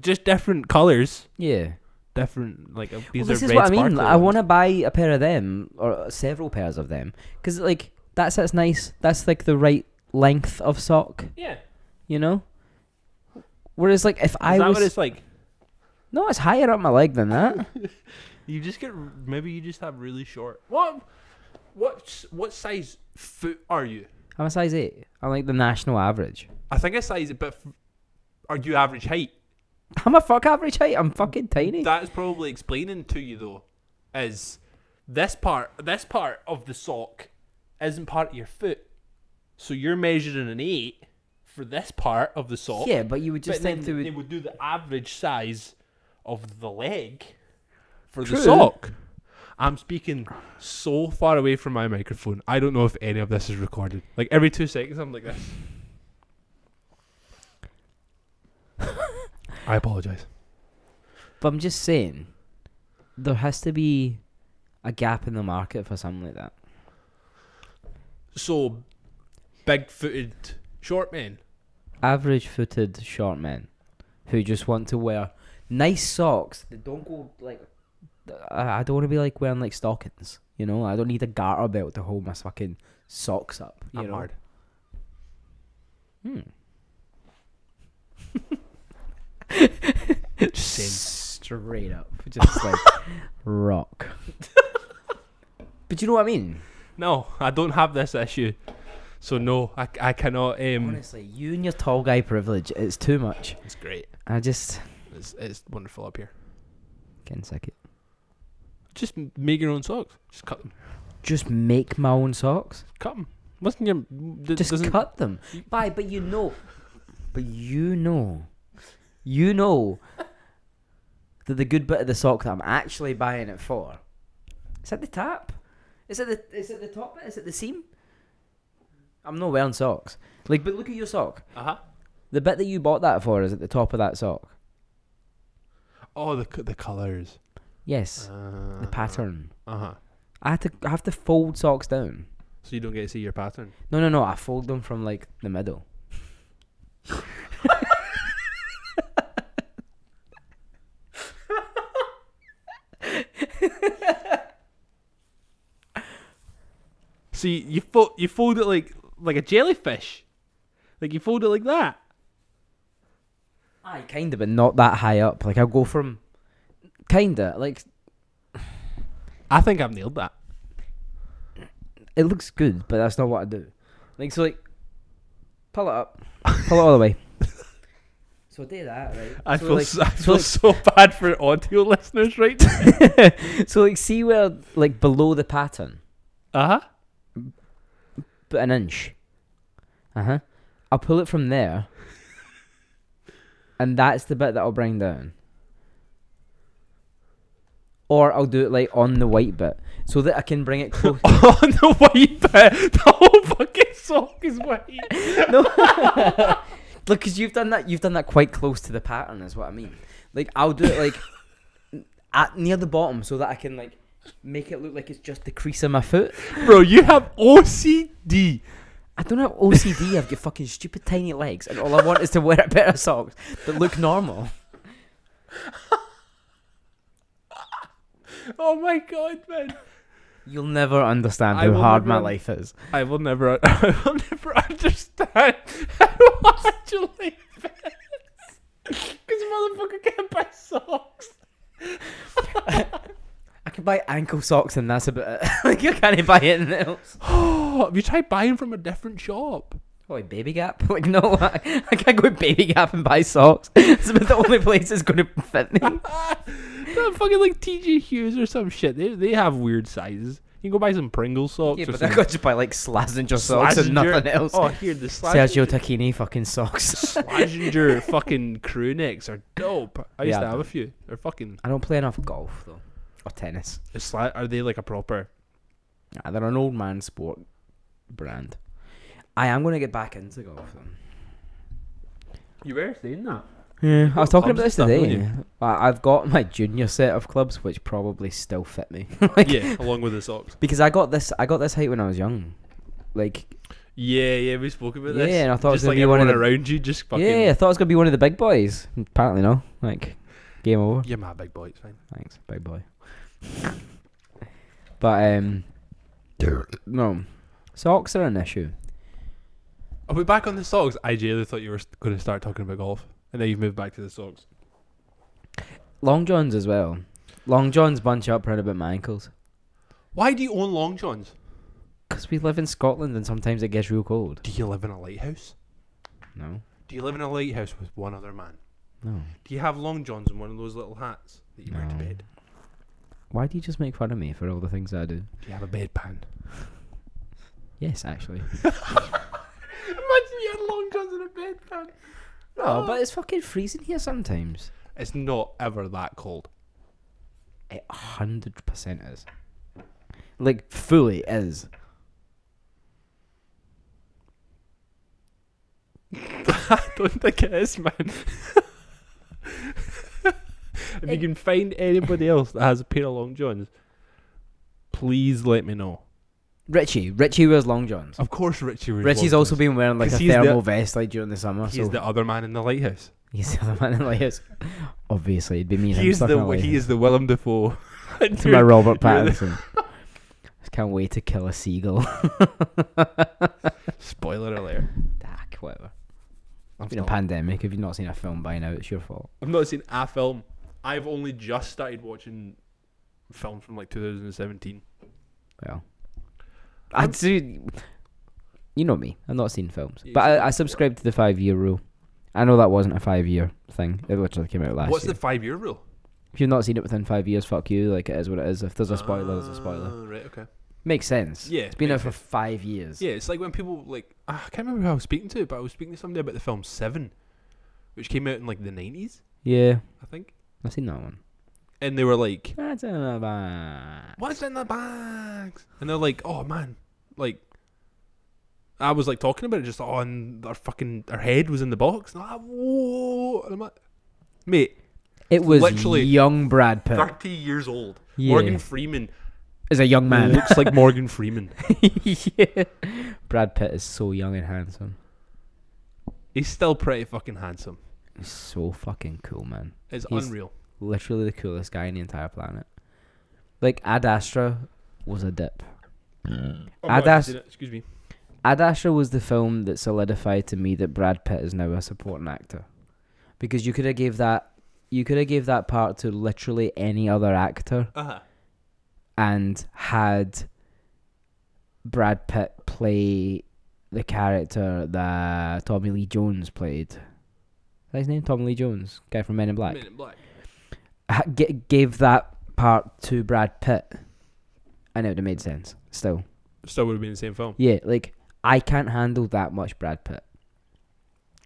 just different colors,
Yeah.
different like uh,
Well,
these
this
are
is
red
what I mean.
sparkle
I
ones.
want to buy a pair of them or several pairs of them because like that's that's nice. That's like the right length of sock,
Yeah, is
you know. Whereas like if I
that
was
what it's like?
no, it's higher up my leg than that.
You just get r- maybe you just have really short. What? What? s- What size foot are you?
I'm a size eight. I'm like the national average.
I think a size, but f- are you average height?
I'm a fuck average height. I'm fucking tiny.
That's probably explaining to you though, is this part this part of the sock isn't part of your foot. So you're measuring an eight for this part of the sock.
yeah, but you would just
but then
think they would.
they would do the average size of the leg for
True.
the sock. I'm speaking so far away from my microphone. I don't know if any of this is recorded. Like every two seconds, I'm like this. I apologize.
But I'm just saying, there has to be a gap in the market for something like that.
So, big-footed short men.
average footed short men who just want to wear nice socks that don't go like I I don't want to be like wearing like stockings, you know. I don't need a garter belt to hold my fucking socks up, you
I'm
know.
hard.
Hmm.
Just saying.
Straight up, just like rock. but you know what I mean.
No, I don't have this issue. So no, I, I cannot. Um,
Honestly, you and your tall guy privilege—it's too much.
it's great.
I just
It's it's wonderful up here.
getting sick. It.
Just m- make your own socks. Just cut them. Just
Just make my own socks.
cut them. Wasn't your d-
just
doesn't-
cut them. Bye, but you know, but you know, you know that the good bit of the sock that I'm actually buying it for is at the tap. Is it the is it the top bit? Is it the seam? I'm not wearing socks. Like, but look at your sock.
Uh-huh.
The bit that you bought that for is at the top of that sock.
Oh, the c- the colors.
Yes,
Uh,
the pattern.
Uh huh.
I have to I have to fold socks down.
So you don't get to see your pattern.
No, no, no. I fold them from like the middle.
See, you fold you fold it like like a jellyfish, like you fold it like that.
Aye, kinda, but not that high up. Like I'll go from, kinda like
I think I've nailed that.
it looks good, but that's not what I do. Like so, like pull it up, pull it all the way. So I do that, right?
I
so
feel
like,
s I I
so,
feel
like,
so bad for audio listeners right now.
so like see where like below the pattern,
Uh huh.
but an inch. Uh huh. I'll pull it from there, and that's the bit that I'll bring down. Or I'll do it like on the white bit, so that I can bring it close.
on Oh, the white bit. The whole fucking sock is white.
No. Look, because you've done that. You've done that quite close to the pattern, is what I mean. Like I'll do it like at near the bottom, so that I can like make it look like it's just the crease of my foot.
Bro, you have OCD.
I don't have OCD. I've got fucking stupid tiny legs, and all I want is to wear a pair of socks that look normal.
Oh my god, man!
You'll never understand
I
how
will
hard
never
my
un-
life is.
I will never, I will never understand how hard your life is. Because motherfucker can't buy socks.
I could buy ankle socks and that's about it. like I can't buy anything else.
Oh, have you tried buying from a different shop?
Oh, like Baby Gap? Like no, I, I can't go to Baby Gap and buy socks. It's about the only place it's going to fit me.
Not fucking like TG Hughes or some shit. They they have weird sizes. You can go buy some Pringle socks
Yeah,
or
but I
some
got to buy like Slazenger socks and
Slazenger-
nothing else.
Oh, here the Slazenger,
Sergio Tacchini fucking socks.
Slazenger fucking crew necks are dope. I used
Yeah.
to have a few. They're fucking.
I don't play enough golf though, or tennis.
Is Sla- are they like a proper?
Nah, they're an old man sport brand. I am going to get back into golf. Though.
You were saying that.
Yeah, I was talking
clubs
about
and stuff,
this
don't
today. I- I've got my junior set of clubs, which probably still fit me. like,
yeah, along with the socks.
because I got this, I got this height when I was young. Like,
Yeah, yeah, we spoke about this.
Yeah, and I thought it was
just
gonna
like
be one
everyone
of the-
around you just fucking.
yeah, I thought it was gonna be one of the big boys. Apparently, no. Like, game over.
you're my big boy. It's fine.
Thanks, big boy. but um, no, socks are an issue.
Are we back on the socks? I genuinely thought you were going to start talking about golf, and now you've moved back to the socks.
Long johns as well. Long johns bunch up round about my ankles.
Why do you own long johns?
Cause we live in Scotland and sometimes it gets real cold.
Do you live in a lighthouse?
No,
Do you live in a lighthouse with one other man?
no.
Do you have long johns and one of those little hats that you wear to
No.
bed?
Why do you just make fun of me for all the things I do?
Do you have a bedpan?
Yes, actually.
Imagine you had long johns and a bedpan.
No, but it's fucking freezing here sometimes.
it's not ever that cold.
It hundred percent is. Like fully is.
I don't think it is, man. if you can find anybody else that has a pair of long johns, please let me know.
Richie, Richie wears long johns.
Of course, Richie. wears
Richie's
long
also
johns.
been wearing like a
'Cause he's the-
thermal vest like during the summer.
He's
so
the other man in the lighthouse.
he's the other man in like it's obviously it'd be me and him
He's
stuck
the
in a
he
lighthouse.
is the Willem Dafoe.
to my Robert
you're the-
Pattinson. Just can't wait to kill a seagull.
Spoiler alert.
Dak, whatever.
I've
It's been a
not,
pandemic. If you've not seen a film by now, it's your fault.
I've not seen a film. I've only just started watching film from like 2017.
Well, I do. You know me. I've not seen films,
Yeah,
but
you've seen
I, I subscribe to the five-year rule. I know that wasn't a five-year thing. It literally came out last
What's
year.
the five year rule?
if you've not seen it within five years, fuck you. Like it is what it is. If there's a spoiler, there's a spoiler.
Ah, Right. Okay.
Makes sense.
Yeah,
it's been out
makes
for five years.
Yeah, it's like when people like ah, I can't remember who I was speaking to, but I was speaking to somebody about the film Seven, which came out in like the nineties,
yeah,
I think,
I've seen that one.
and they were like,
That's in the bag.
"What's in the bags?" And they're like, "Oh man, like." I was like talking about it, just on their fucking their head was in the box. And I'm like, whoa, and I'm like, mate,
It was
Literally-
young Brad Pitt
thirty years old.
Yeah.
Morgan Freeman
is a young man.
looks like Morgan Freeman.
yeah. Brad Pitt is so young and handsome.
He's still pretty fucking handsome.
He's so fucking cool, man.
It's
He's-
unreal.
Literally the coolest guy on the entire planet. Like Ad Astra was a dip.
I'm not
Adas-
interested in it, Excuse me.
Ad Astra was the film that solidified to me that Brad Pitt is now a supporting actor, because you could have gave that you could have gave that part to literally any other actor
Uh huh.
and had Brad Pitt play the character that Tommy Lee Jones played. Is that his name? Tommy Lee Jones, guy from Men in Black.
Men in Black.
Ha- g- gave that part to Brad Pitt, and it would have made sense. Still,
Still would have been the same film.
yeah, like I can't handle that much Brad Pitt.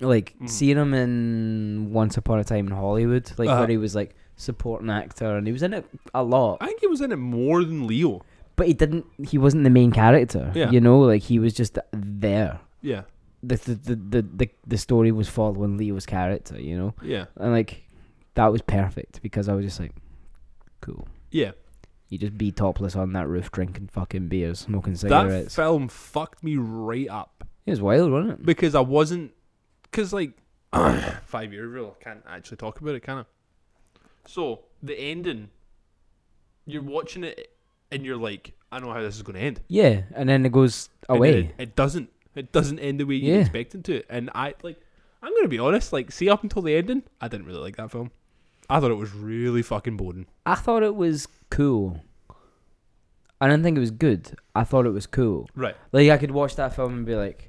Like
Mhm.
seeing him in Once Upon a Time in Hollywood, like
Uh-huh.
where he was like supporting actor, and he was in it a lot.
I think he was in it more than Leo.
but he didn't he wasn't the main character
Yeah.
you know like he was just there
Yeah,
the the, the, the, the the story was following leo's character you know
yeah,
and like that was perfect because i was just like cool
yeah.
you just be topless on that roof drinking fucking beers smoking
That
cigarettes
film fucked me right up
it was wild wasn't it
because I wasn't, because like five year rule. I can't actually talk about it, can I? So the ending, you're watching it and you're like, I know how this is going to end.
Yeah, and then it goes
And
away.
then It, it doesn't. It doesn't end the way you're
Oh, Yeah.
expecting to. And I like. I'm gonna be honest. Like, see up until the ending, I didn't really like that film. I thought it was really fucking boring.
I thought it was cool. I didn't think it was good. I thought it was cool.
Right.
Like I could watch that film and be like,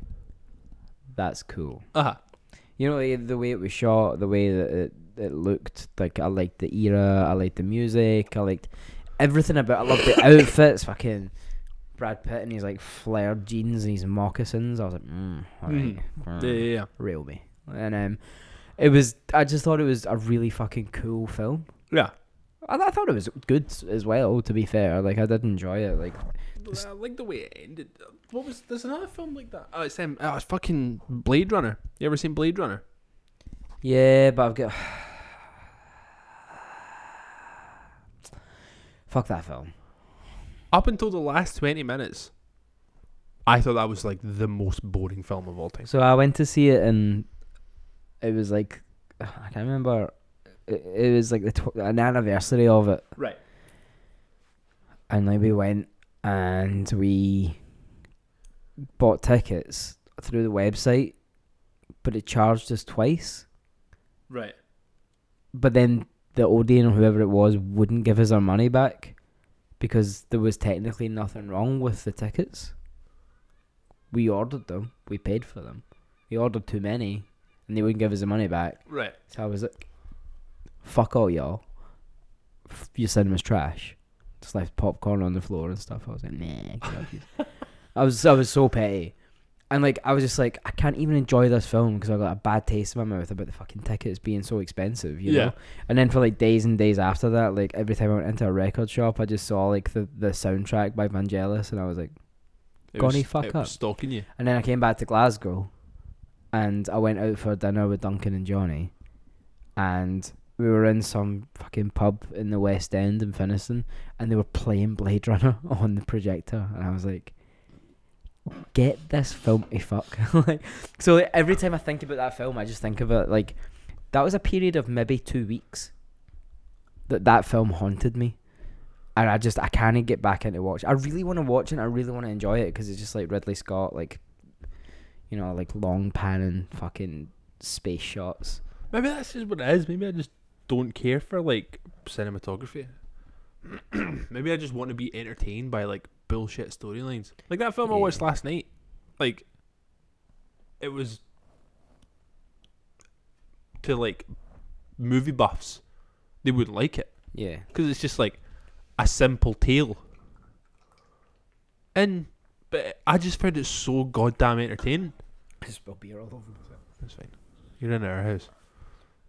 "That's cool."
Uh huh.
You know like, the way it was shot, the way that it, it looked. Like I liked the era. I liked the music. I liked everything about. it. I loved the outfits. Fucking Brad Pitt and his like flared jeans and his moccasins. I was like, mm, all right,
Mm. Yeah, yeah, yeah.
rail me. And um, it was. I just thought it was a really fucking cool film.
Yeah.
I, I thought it was good s- as well. To be fair, like I did enjoy it. Like
I like the way it ended. What was? There's another film like that. Oh, it's um, oh, it's fucking Blade Runner. You ever seen Blade Runner?
yeah, but I've got fuck that film.
Up until the last twenty minutes, I thought that was like the most boring film of all time.
So I went to see it and it was like I can't remember. It, it was like the tw- an anniversary of it,
Right.
and like we went and we bought tickets through the website, but it charged us twice.
Right.
but then the Odeon or whoever it was wouldn't give us our money back because there was technically nothing wrong with the tickets. We ordered them, we paid for them. We ordered too many, and they wouldn't give us the money back.
Right.
So I was like, "Fuck all y'all, F- your cinema's trash." Just left popcorn on the floor and stuff. I was like, "Nah." get off you." I was I was so petty, and like I was just like, I can't even enjoy this film because I got a bad taste in my mouth about the fucking tickets being so expensive, you
Yeah.
know. And then for like days and days after that, like every time I went into a record shop, I just saw like the the soundtrack by Vangelis, and I was like.
It
Gone
was-
he fuck
it
up.
Was stalking you.
And then I came back to Glasgow and I went out for dinner with Duncan and Johnny. And we were in some fucking pub in the West End in Finiston and they were playing Blade Runner on the projector. And I was like, get this film to fuck. like, so like, every time I think about that film, I just think of it like that was a period of maybe two weeks that that film haunted me. And I just I can't get back into watch. I really want to watch it. I really want to enjoy it because it's just like Ridley Scott, like you know, like long panning fucking space shots.
Maybe that's just what it is. Maybe I just don't care for like cinematography. Maybe I just want to be entertained by like bullshit storylines. Like that film I
Yeah.
watched last night. Like it was to like movie buffs. They would like it
Yeah,
because it's just like a simple tale. And but I just found it so goddamn entertaining.
I spilled beer all over.
That's fine. You're in our house.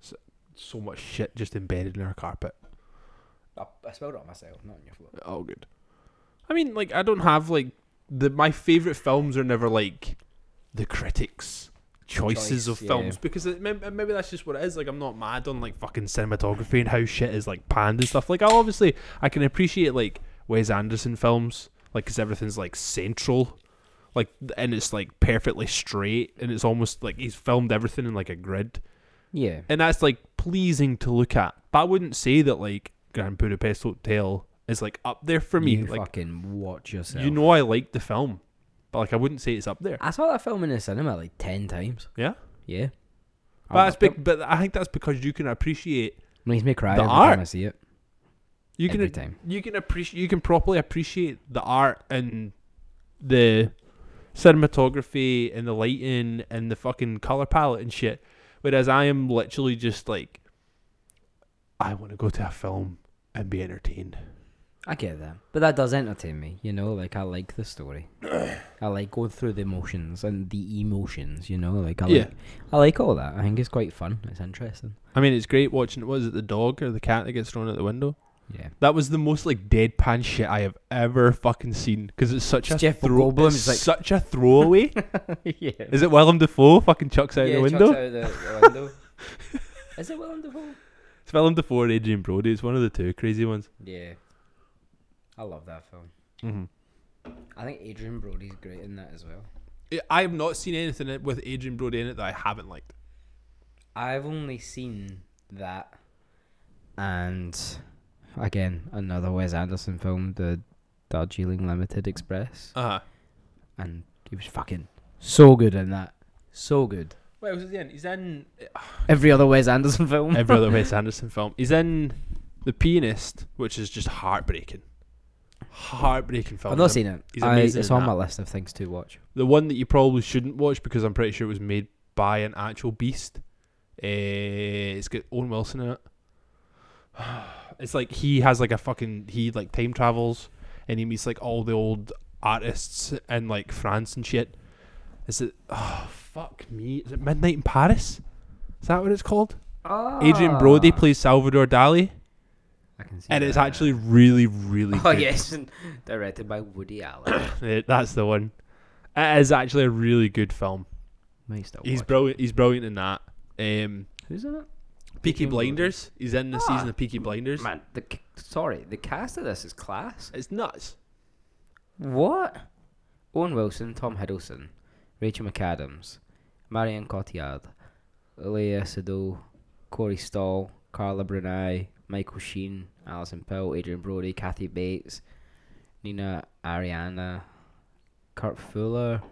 So, so much shit just embedded in our carpet.
I, I spilled it on myself, not on your floor.
All good. I mean, like, I don't have like the my favorite films are never like the critics' choices
Choice,
of
yeah.
films because it, maybe, maybe that's just what it is. Like, I'm not mad on like fucking cinematography and how shit is like panned and stuff. Like, I obviously I can appreciate like Wes Anderson films, like, because everything's like central. Like and it's like perfectly straight, and it's almost like he's filmed everything in like a grid.
Yeah,
and that's like pleasing to look at. But I wouldn't say that like Grand Budapest Hotel is like up there for me.
You
like
fucking watch yourself.
you know, I like the film, but like I wouldn't say it's up there.
I saw that film in the cinema like ten times.
Yeah,
Yeah, I
but that's
loved it.
big. But I think that's because you can appreciate
Makes me cry
The
every
art.
time I see it.
you can
Every time.
you can appreciate you can properly appreciate the art and the cinematography and the lighting and the fucking color palette and shit. Whereas I am literally just like, I want to go to a film and be entertained.
I get that, but that does entertain me. You know, like I like the story. I like going through the emotions and the emotions. You know, like I like,
Yeah.
I like all that. I think it's quite fun. It's interesting.
I mean, it's great watching. Was it the dog or the cat that gets thrown out the window?
Yeah.
That was the most like deadpan shit I have ever fucking seen. Because it's such
It's
a
Jeff
throw.
Goldblum,
It's
he's like-
such a throwaway.
yeah.
Is it Willem Dafoe? Fucking chucks out the window.
Is it Willem Dafoe?
It's Willem Dafoe or Adrian Brody. It's one of the two crazy ones.
Yeah. I love that film.
Mm-hmm.
I think Adrian Brody's great in that as well.
I have not seen anything in- with Adrian Brody in it that I haven't liked.
I've only seen that and again another Wes Anderson film, the Darjeeling Limited Express,
Uh-huh.
and he was fucking so good in that, so good.
What else is he in? He's in
Every other Wes Anderson film.
every other Wes Anderson film. He's in The Pianist, which is just heartbreaking. Heartbreaking film.
I've not
The-
seen it.
he's
I,
amazing
it's
in
on
that.
my list of things to watch.
The one that you probably shouldn't watch because I'm pretty sure it was made by an actual beast. Uh, it's got Owen Wilson in it. It's like he has like a fucking he like time travels and he meets like all the old artists in like France and shit. Is it oh fuck me? Is it Midnight in Paris? Is that what it's called?
Ah.
Adrian Brody plays Salvador Dali,
I can see
and it's
that.
actually really really.
Oh
good.
yes, and directed by Woody Allen.
Uh, that's the one. It is actually a really good film.
Might still
He's
watch.
brilliant. He's brilliant in that. Um,
Who's in it?
Peaky
Peaky
Blinders. Ah, He's in the season of Peaky Blinders.
Man, the c- sorry, the cast of this is class.
It's nuts.
What? Owen Wilson, Tom Hiddleston, Rachel McAdams, Marion Cotillard, Leia Sado, Corey Stahl, Carla Brunei, Michael Sheen, Alison Pill, Adrian Brody, Kathy Bates, Nina Ariana, Kurt Fuller.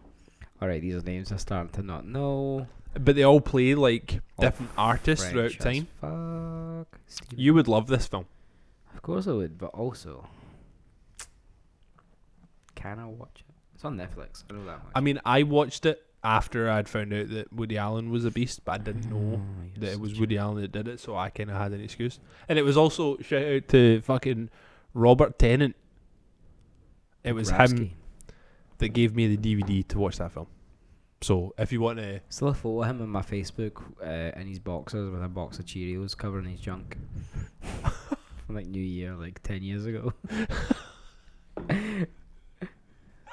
Alright, these are names I'm starting to not know.
But they all play like
All
different artists
French
throughout
as
time.
Fuck. Steven-
You would love this film.
Of course I would, but also. Can I watch it? It's on Netflix. I know that much.
I mean, I watched it after I'd found out that Woody Allen was a beast, but I didn't know
Oh, you're
that it was
such a-
Woody Allen that did it, so I kind of had an excuse. And it was also shout out to fucking Robert Tennant. It was him
Rapsky.
that gave me the DVD to watch that film. So if you want to,
Still a photo of him on my Facebook uh, in his boxers with a box of Cheerios covering his junk. From like New Year, like 10 years ago.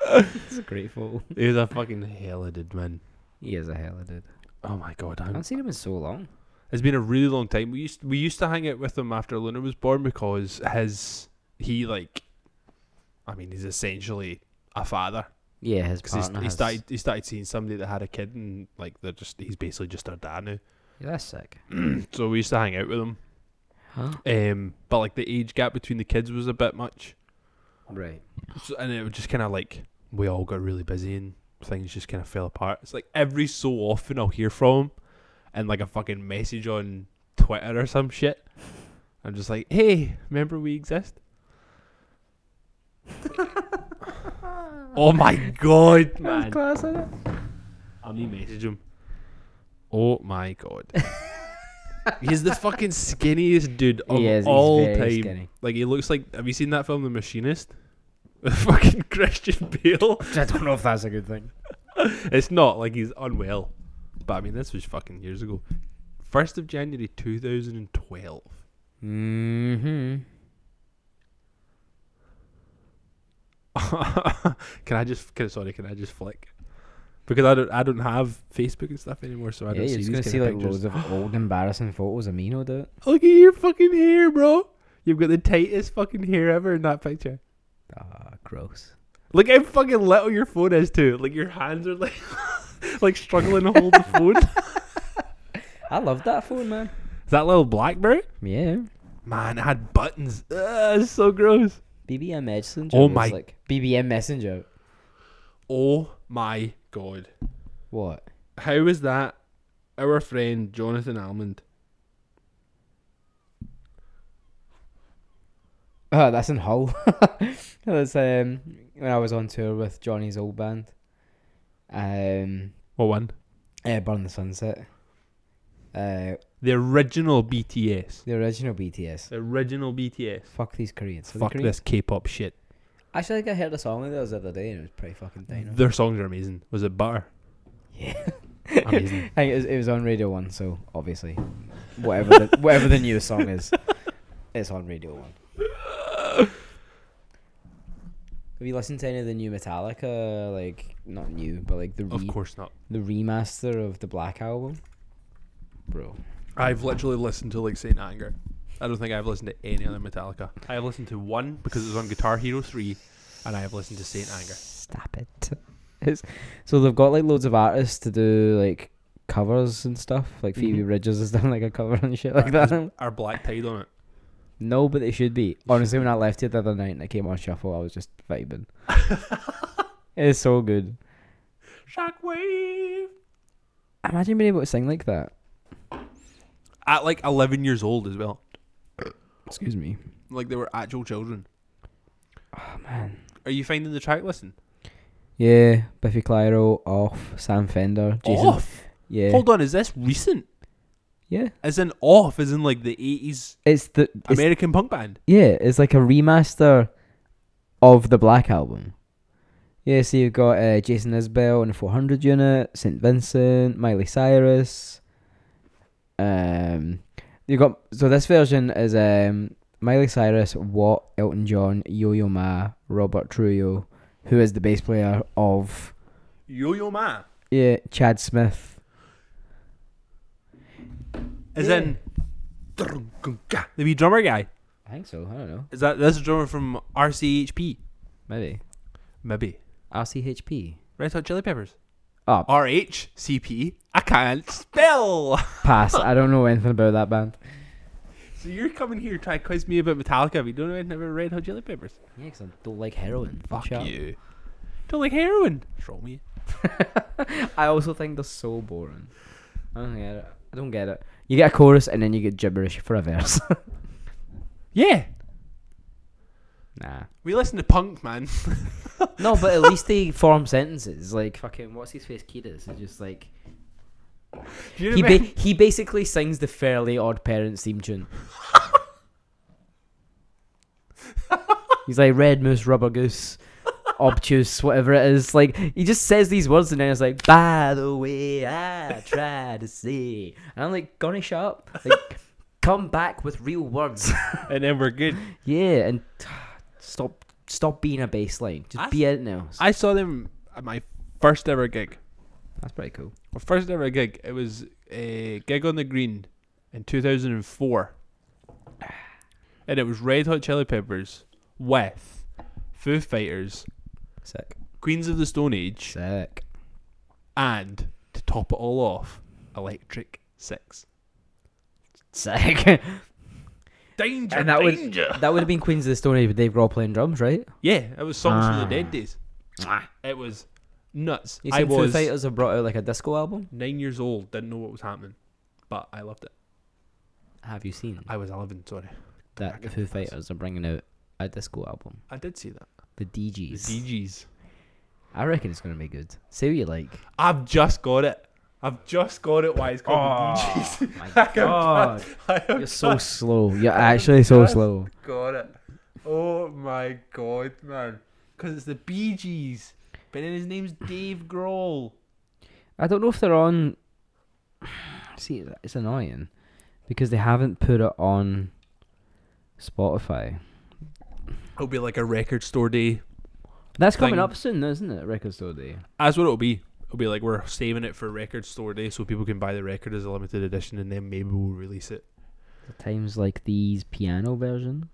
it's a great photo.
he was a fucking hella did man.
He is a hell of a dude.
Oh my god,
I
I'm
haven't seen him in so long.
It's been a really long time. We used we used to hang out with him after Luna was born because his he like, I mean, he's essentially a father
Yeah, his
because
partner
he
has-
started he started seeing somebody that had a kid and like they're just he's basically just their dad now.
Yeah, that's sick.
So we used to hang out with him.
Huh?
Um, but like the age gap between the kids was a bit much,
Right.
so, and it was just kind of like we all got really busy and things just kind of fell apart. It's like every so often I'll hear from him, and like a fucking message on Twitter or some shit. I'm just like, hey, remember we exist? oh my god, man!
Class, isn't it?
I'll need message him. Oh my god. He's the fucking skinniest dude of
He is.
all
he's very
time.
skinny.
Like he looks like. Have you seen that film, The Machinist? With fucking Christian Bale.
I don't know if that's a good thing.
It's not like he's unwell, but I mean this was fucking years ago. First of January two thousand and twelve.
hmm
can I just? Can, sorry, can I just flick? Because I don't, I don't have Facebook and stuff anymore, so I
Yeah,
don't
you're
see
just
these
gonna
kind
see
of
like
pictures.
loads of old embarrassing photos of me, no doubt.
Look at your fucking hair, bro. You've got the tightest fucking hair ever in that picture.
Ah, gross.
Look how fucking little your phone is too. Like your hands are like, like struggling to hold the phone. Is
I love that phone, man.
that little BlackBerry?
Yeah.
Man, it had buttons. Ugh, it's so gross.
BBM Messenger.
Oh
was
my-
Like BBM Messenger.
Oh my god.
What?
How is that our friend Jonathan Almond?
Oh, that's in Hull. that's um when I was on tour with Johnny's old band. Um,
What one?
uh, Burn the Sunset. Uh,
The original BTS.
the original BTS.
The original BTS.
Fuck these Koreans. Are they
Fuck
Korean?
this K pop shit.
Actually, like, I heard a song of theirs the other day and it was pretty fucking dino.
Their songs are amazing. Was it Butter?
Yeah.
Amazing.
I think it was, it was on Radio One, so obviously, whatever the, whatever the new song is, it's on Radio One. Have you listened to any of the new Metallica? Like not new, but like the
of
re-
course not.
the remaster of the Black album, bro.
I've literally listened to like Saint Anger. I don't think I've listened to any other Metallica. I have listened to one because it was on Guitar Hero 3, and I have listened to Saint Anger.
Stop it. It's, so they've got like loads of artists to do like covers and stuff. Like Phoebe
Mhm.
Mm-hmm. Bridgers has done like a cover and shit like
Right,
that.
Our black tide on it.
No, but they should be. Honestly, when I left here the other night and it came on shuffle, I was just vibing. it's so good.
Shockwave.
Imagine being able to sing like that.
At like 11 years old as well.
Excuse me.
Like they were actual children.
Oh man.
Are you finding the track listen?
Yeah, Biffy Clyro off, Sam Fender, Jason.
Off.
Yeah.
Hold on, is this recent?
Yeah.
As in off, as in like the 80s
It's the it's,
American punk band.
yeah, it's like a remaster of the Black album. Yeah, so you've got uh, Jason Isbell in the 400 unit, St. Vincent, Miley Cyrus. Um, you got so this version is um Miley Cyrus, Watt, Elton John, Yo-Yo Ma, Robert Trujillo, who is the bass player of
Yo Yo Ma.
Yeah, Chad Smith.
As
Yeah.
in the wee drummer guy.
I think so. I don't know.
Is that that's a drummer from RCHP?
Maybe
Maybe.
RCHP.
Red Hot Chili Peppers.
Oh,
RHCP. I can't spell.
pass. I don't know anything about that band.
So you're coming here trying to quiz me about Metallica, but you don't know anything about Red Hot Chili Peppers.
Yeah, 'cause I don't like heroin.
Fuck
Shut up.
you. Don't like heroin. Throw me.
I also think they're so boring. I don't get it. I don't get it. You get a chorus and then you get gibberish for a verse.
Yeah.
nah.
We listen to punk, man.
No, but at least they form sentences. Like fucking what's his face Kiedis is just like
Do you know
he
what I
ba-
mean?
he basically sings the Fairly Odd Parents theme tune. He's like red moose, rubber goose, obtuse, whatever it is. Like he just says these words and then it's like, by the way, I try to say, and I'm like, Gonna shut up. Like, come back with real words.
and then we're good.
yeah, and stop, stop being a baseline. Just
I-
be it now.
I saw them at my first ever gig.
That's pretty cool.
My first ever gig. It was a gig on the green in 2004, and it was Red Hot Chili Peppers with Foo Fighters,
Sick,
Queens of the Stone Age,
sick.
and to top it all off, Electric Six.
Sick.
Danger,
And that would-
danger.
that would have been Queens of the Stone Age with Dave Grohl playing drums, right?
yeah, it was songs from
Ah.
the Dead Days. It was nuts.
You
I
think Foo
was
Fighters have brought out like a disco album?
nine years old, didn't know what was happening, but I loved it.
Have you seen
I was 11, sorry.
that the Foo Fighters are bringing out a disco album?
I did see that.
The
The
DGs.
DGs.
I reckon it's gonna be good. Say what you like.
I've just got it. I've just got it. Why it's called the DGs.
My God,
I have
you're so slow. You're actually so
just-
slow.
got it. Oh my god, man. Because it's the Bee Gees. But then his name's Dave Grohl.
I don't know if they're on. See, it's annoying because they haven't put it on Spotify.
It'll be like a record store day.
That's coming
Thing.
up soon, isn't it? Record Store Day.
That's what it'll be. It'll be like we're saving it for record store day so people can buy the record as a limited edition and then maybe we'll release it.
Times like these piano version.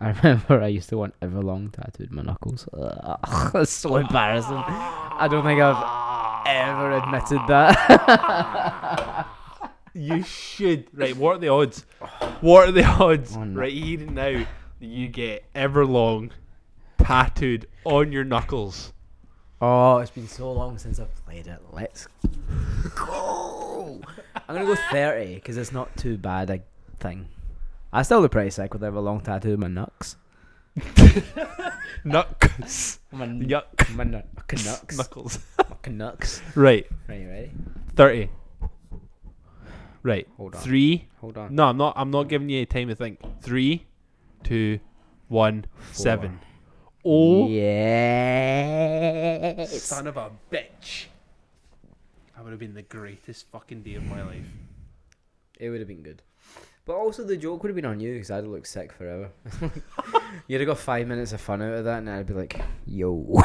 I remember I used to want Everlong tattooed on my knuckles. Ugh, that's so embarrassing. I don't think I've ever admitted that.
You should. Right, what are the odds? What are the odds
Oh, no.
right here and now that you get Everlong tattooed on your knuckles?
oh, it's been so long since I've played it. Let's go. I'm gonna go 30 because it's not too bad a thing. I still look pretty sick with Everlong tattooed on my knucks.
Knucks.
My,
Yuck.
my knu- my knucks.
Knuckles.
my knucks.
Right,
Right, ready?
30. Right.
Hold on.
Three.
Hold on.
No, I'm not I'm not giving you any time to think. Three, two, one, seven. Oh
Yes.
Son of a bitch. That would have been the greatest fucking day of my life.
It would have been good. But also, the joke would have been on you because I'd have looked sick forever. You'd have got five minutes of fun out of that, and I'd be like, yo,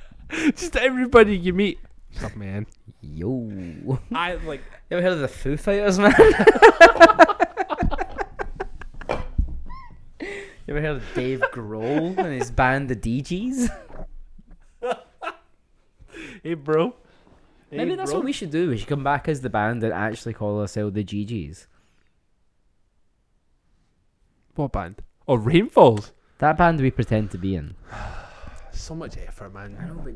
Just everybody you meet. Stop, man.
yo. You
I like.
ever heard of the Foo Fighters, man? you ever heard of Dave Grohl and his band, the DGs?
Hey, bro. Eh,
Maybe that's
bro?
what we should do. We should come back as the band and actually call ourselves the GGs.
What band? Oh, Rainfalls.
That band we pretend to be in.
So much effort, man.
know, but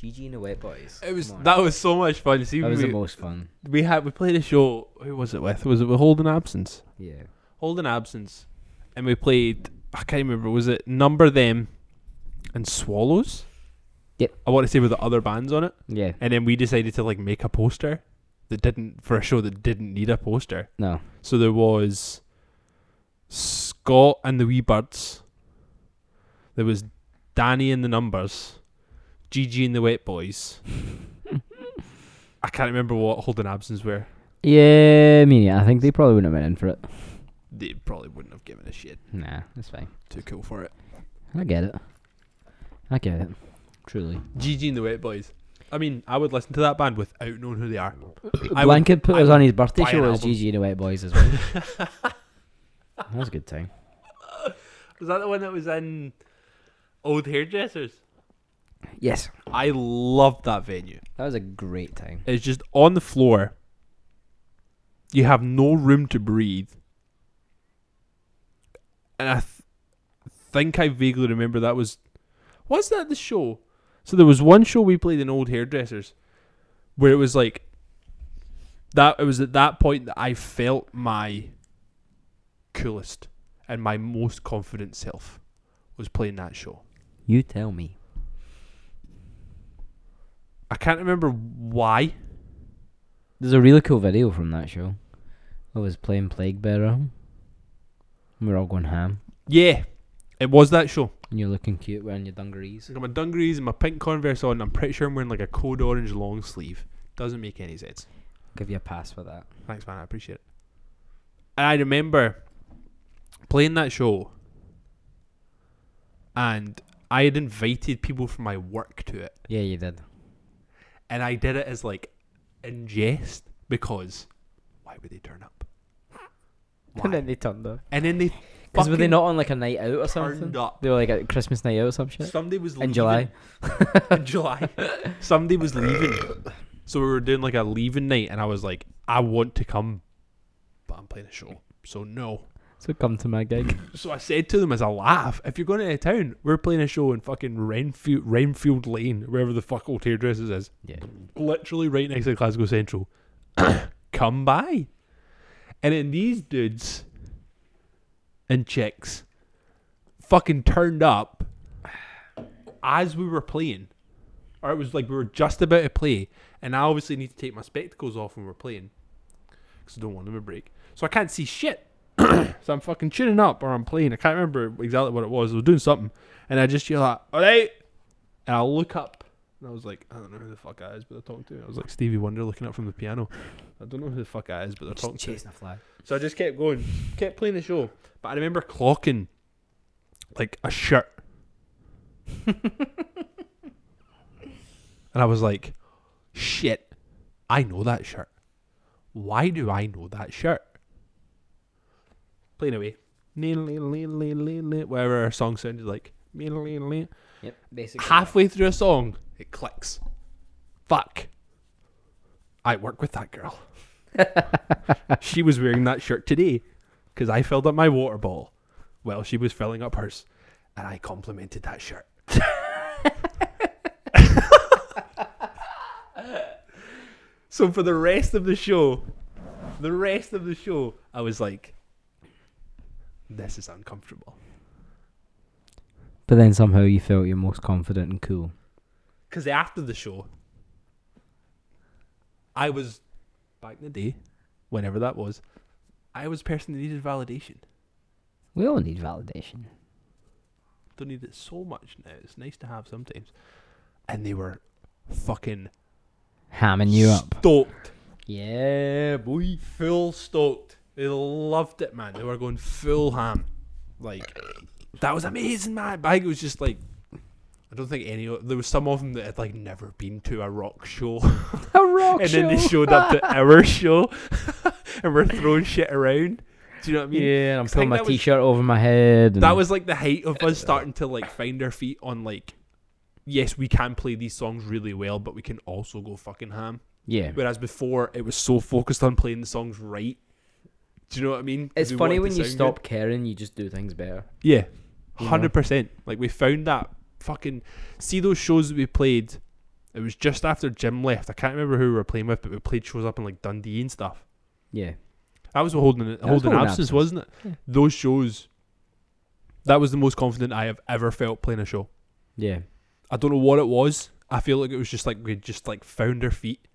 GG and the Wet Boys.
It was that was so much fun. See,
that was the
we,
most fun.
we had we played a show. Who was it with? Was it with Holden Absence?
Yeah.
Holden Absence, and we played. I can't remember. Was it Number Them and Swallows?
Yep.
I want to say with the other bands on it,
Yeah.
and then we decided to like make a poster that didn't for a show that didn't need a poster.
No.
So there was Scott and the Wee Birds. There was Danny and the Numbers, Gigi and the Wet Boys. I can't remember what Holden Absence were.
Yeah, I mean, yeah, I think they probably wouldn't have went in for it.
They probably wouldn't have given a shit.
Nah, that's fine.
Too cool for it.
I get it. I get it. Truly.
Gigi and the Wet Boys. I mean, I would listen to that band without knowing who they are. I would-
Blanket put
I
us
would
on his birthday
buy an
show as
album.
GG and the Wet Boys as well. that was a good time.
Was that the one that was in Old Hairdressers?
Yes.
I loved that venue.
That was a great time.
It's just on the floor. You have no room to breathe. And I th- think I vaguely remember that was. Was that the show? So there was one show we played in Old Hairdressers where it was like. That it was at that point that I felt my coolest and my most confident self was playing that show.
You tell me.
I can't remember why.
There's a really cool video from that show. I was playing Plague Bearer. We were all going ham.
Yeah, it was that show.
And you're looking cute wearing your dungarees.
I got my dungarees and my pink Converse on. And I'm pretty sure I'm wearing like a code orange long sleeve. Doesn't make any sense.
Give you a pass for that.
Thanks, man. I appreciate it. And I remember playing that show, and I had invited people from my work to it,
Yeah, you did.
and I did it as like in jest because why would they turn up?
And
Why?
then they turned up.
And then they
Because were they
fucking
not on like a night out or something?
turned up.
They were like a Christmas night out or some shit.
Somebody was
In
leaving.
July.
in July. Somebody was leaving. So we were doing like a leaving night, and I was like, I want to come, but I'm playing a show. So no.
So come to my gig.
So I said to them as a laugh, if you're going out of town, we're playing a show in fucking Renfield, Renfield Lane, wherever the fuck old hairdressers is.
yeah.
Literally right next to Glasgow Central. come by. And then these dudes and chicks fucking turned up as we were playing. Or it was like we were just about to play. And I obviously need to take my spectacles off when we're playing. Because I don't want them to break. So I can't see shit. so I'm fucking tuning up or I'm playing. I can't remember exactly what it was. I was doing something. And I just yell out, all right. And I look up. And I was like, I don't know who the fuck that is, but they're talking to me. I was like Stevie Wonder looking up from the piano. I don't know who the fuck that is, but they're talking to me.
a flag.
So I just kept going, kept playing the show. But I remember clocking like a shirt. and I was like, shit, I know that shirt. Why do I know that shirt? Playing away. Lay, lay, lay, lay, lay, lay, Whatever our song sounded like. Lay, lay, lay.
Yep, basically.
Halfway through a song, it clicks. Fuck. I work with that girl. she was wearing that shirt today because I filled up my water bottle while she was filling up hers, and I complimented that shirt. so for the rest of the show, the rest of the show, I was like, "This is uncomfortable."
But then somehow you felt your most confident and cool.
Because after the show, I was back in the day, whenever that was, I was a person that needed validation.
We all need validation.
Don't need it so much now. It's nice to have sometimes. And they were fucking
Hamming you up.
stoked.
Yeah, boy.
Full stoked. They loved it, man. They were going full ham. Like, that was amazing, man. Bag was just like, I don't think any. o- There was some of them that had like never been to a rock show.
A rock
and then they showed up to our show and we're throwing shit around. Do you know what I mean?
yeah, and I'm
I think
pulling my
that was-
t-shirt over my head. And
That was like the height of us starting to like find our feet on like yes, we can play these songs really well, but we can also go fucking ham.
Yeah.
Whereas before, it was so focused on playing the songs right. Do you know what I mean? 'Cause
It's
we
funny
wanted
when
to
you
sound
stop caring, you just do things better.
good. Yeah,
You know?
hundred percent. Like we found that fucking see those shows that we played. It was just after Jim left. I can't remember who we were playing with, but we played shows up in like Dundee and stuff.
Yeah.
That was what holding holding,
was Holding
absence,
Absence.
wasn't it?
Yeah.
Those shows. That was the most confident I have ever felt playing a show.
Yeah.
I don't know what it was. I feel like it was just like we just like found our feet.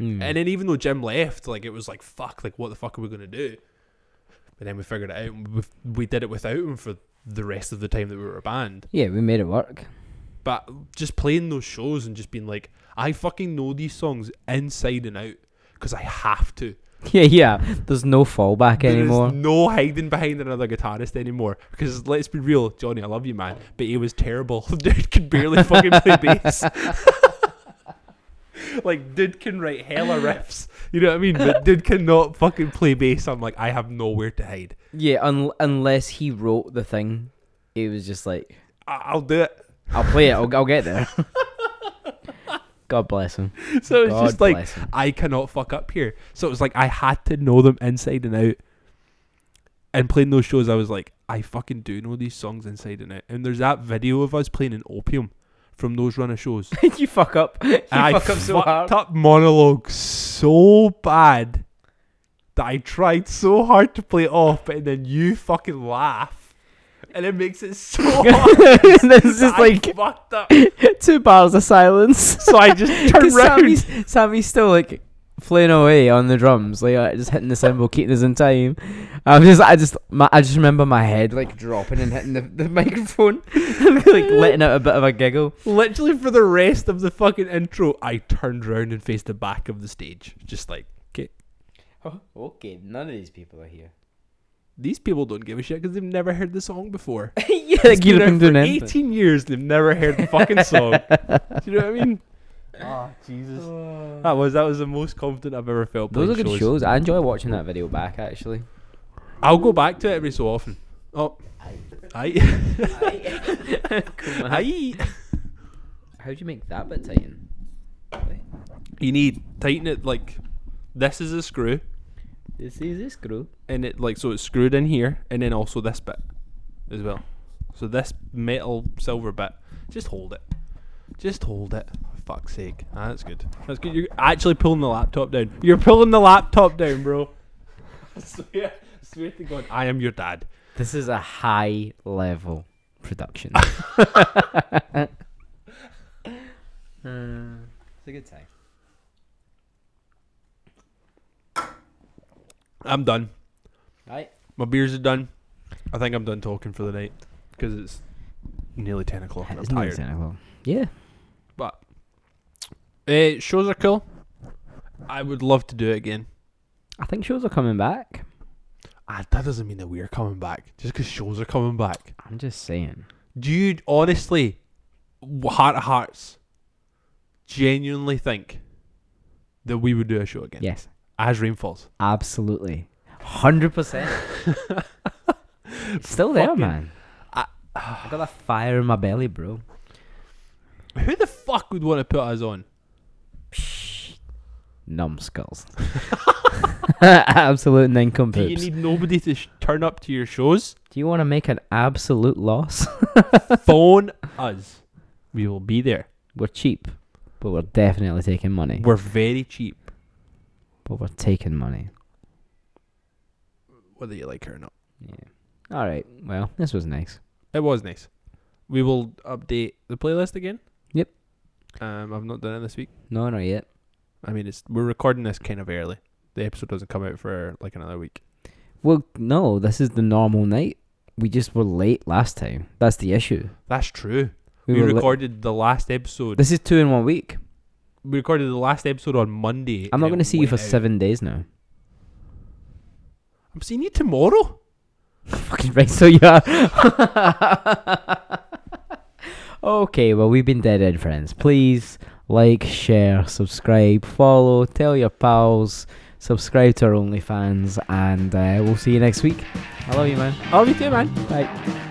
Mm.
And then even though Jim left, like it was like fuck, like what the fuck are we gonna do? But then we figured it out. And we we did it without him for the rest of the time that we were a band.
yeah, we made it work.
But just playing those shows and just being like, I fucking know these songs inside and out because I have to.
Yeah, yeah. There's no fallback anymore.
There's no hiding behind another guitarist anymore. Because let's be real, Johnny, I love you, man, but he was terrible. dude could barely fucking play bass. like, dude can write hella riffs. You know what I mean? But dude cannot fucking play bass. I'm like, I have nowhere to hide.
Yeah, un- unless he wrote the thing, it was just like,
I- I'll do it.
I'll play it. I'll, I'll get there. God bless him.
So it's
God
just like
bless him.
I cannot fuck up here. So it was like I had to know them inside and out. And playing those shows, I was like, I fucking do know these songs inside and out. And there's that video of us playing in Opium from those run of shows.
you fuck up. You
I
fuck up so
fucked
hard.
up monologue so bad that I tried so hard to play it off, and then you fucking laugh, and it makes it so hard.
this is
that
just
I
like
fucked up.
two bars of silence.
So I just turned
'Cause
round.
Sammy's, Sammy's still like playing away on the drums, like uh, just hitting the cymbal, keeping us in time. I was just, I just, my, I just remember my head like dropping and hitting the, the microphone, like letting out a bit of a giggle.
Literally for the rest of the fucking intro, I turned round and faced the back of the stage, just like, okay,
Okay, none of these people are here.
these people don't give a shit because they've never heard the song before.
yeah, like
It's
you'd
been
have
out for
been doing anything.
18 years, they've never heard the fucking song. Do you know what I mean?
Oh, Jesus.
That was that was the most confident I've ever felt.
Those are
playing
good shows. I enjoy watching that video back actually.
I'll go back to it every so often. Oh, I, I,
How do you make that bit tighten?
you need tighten it like this is a screw,
This is a screw.
and it like so it's screwed in here, and then also this bit as well. So this metal silver bit, just hold it, just hold it. For fuck's sake, ah, that's good. That's good. You're actually pulling the laptop down. You're pulling the laptop down, bro. I swear, I swear to God, I am your dad.
This is a high level production. Uh, it's a good time.
I'm done.
Right.
My beers are done. I think I'm done talking for the night because it's nearly ten o'clock and I'm tired.
Yeah.
But uh, shows are cool. I would love to do it again.
I think shows are coming back.
Ah, that doesn't mean that we're coming back. Just because shows are coming back,
I'm just saying.
dude. Honestly, w- heart of hearts, genuinely think that we would do a show again
Yes.
as rain falls.
Absolutely. 100%. It's Still there,
Fucking-
man. I, I got that fire in my belly, bro.
Who the fuck would want to put us on?
Numbskulls. Absolute nincompoops.
Do you need nobody to sh- turn up to your shows?
Do you want to make an absolute loss?
Phone us. We will be there.
we're cheap, but we're definitely taking money.
We're very cheap,
but we're taking money.
whether you like it or not.
Yeah. All right. Well, this was nice.
It was nice. We will update the playlist again.
Yep.
Um, I've not done it this week.
No, not yet.
I mean, it's we're recording this kind of early. The episode doesn't come out for like another week.
Well, no, this is the normal night. We just were late last time. That's the issue.
That's true.
We,
We,
were li-
recorded the last episode.
this is two in one week.
we recorded the last episode on Monday.
I'm not
and
going
it
to see
went
you for
out.
seven days now.
I'm seeing you tomorrow.
Fucking right, so you are. okay, well, we've been Dead End Friends. Please like, share, subscribe, follow, tell your pals, subscribe to our OnlyFans, and uh, we'll see you next week. I love you, man.
I love you too, man.
Bye.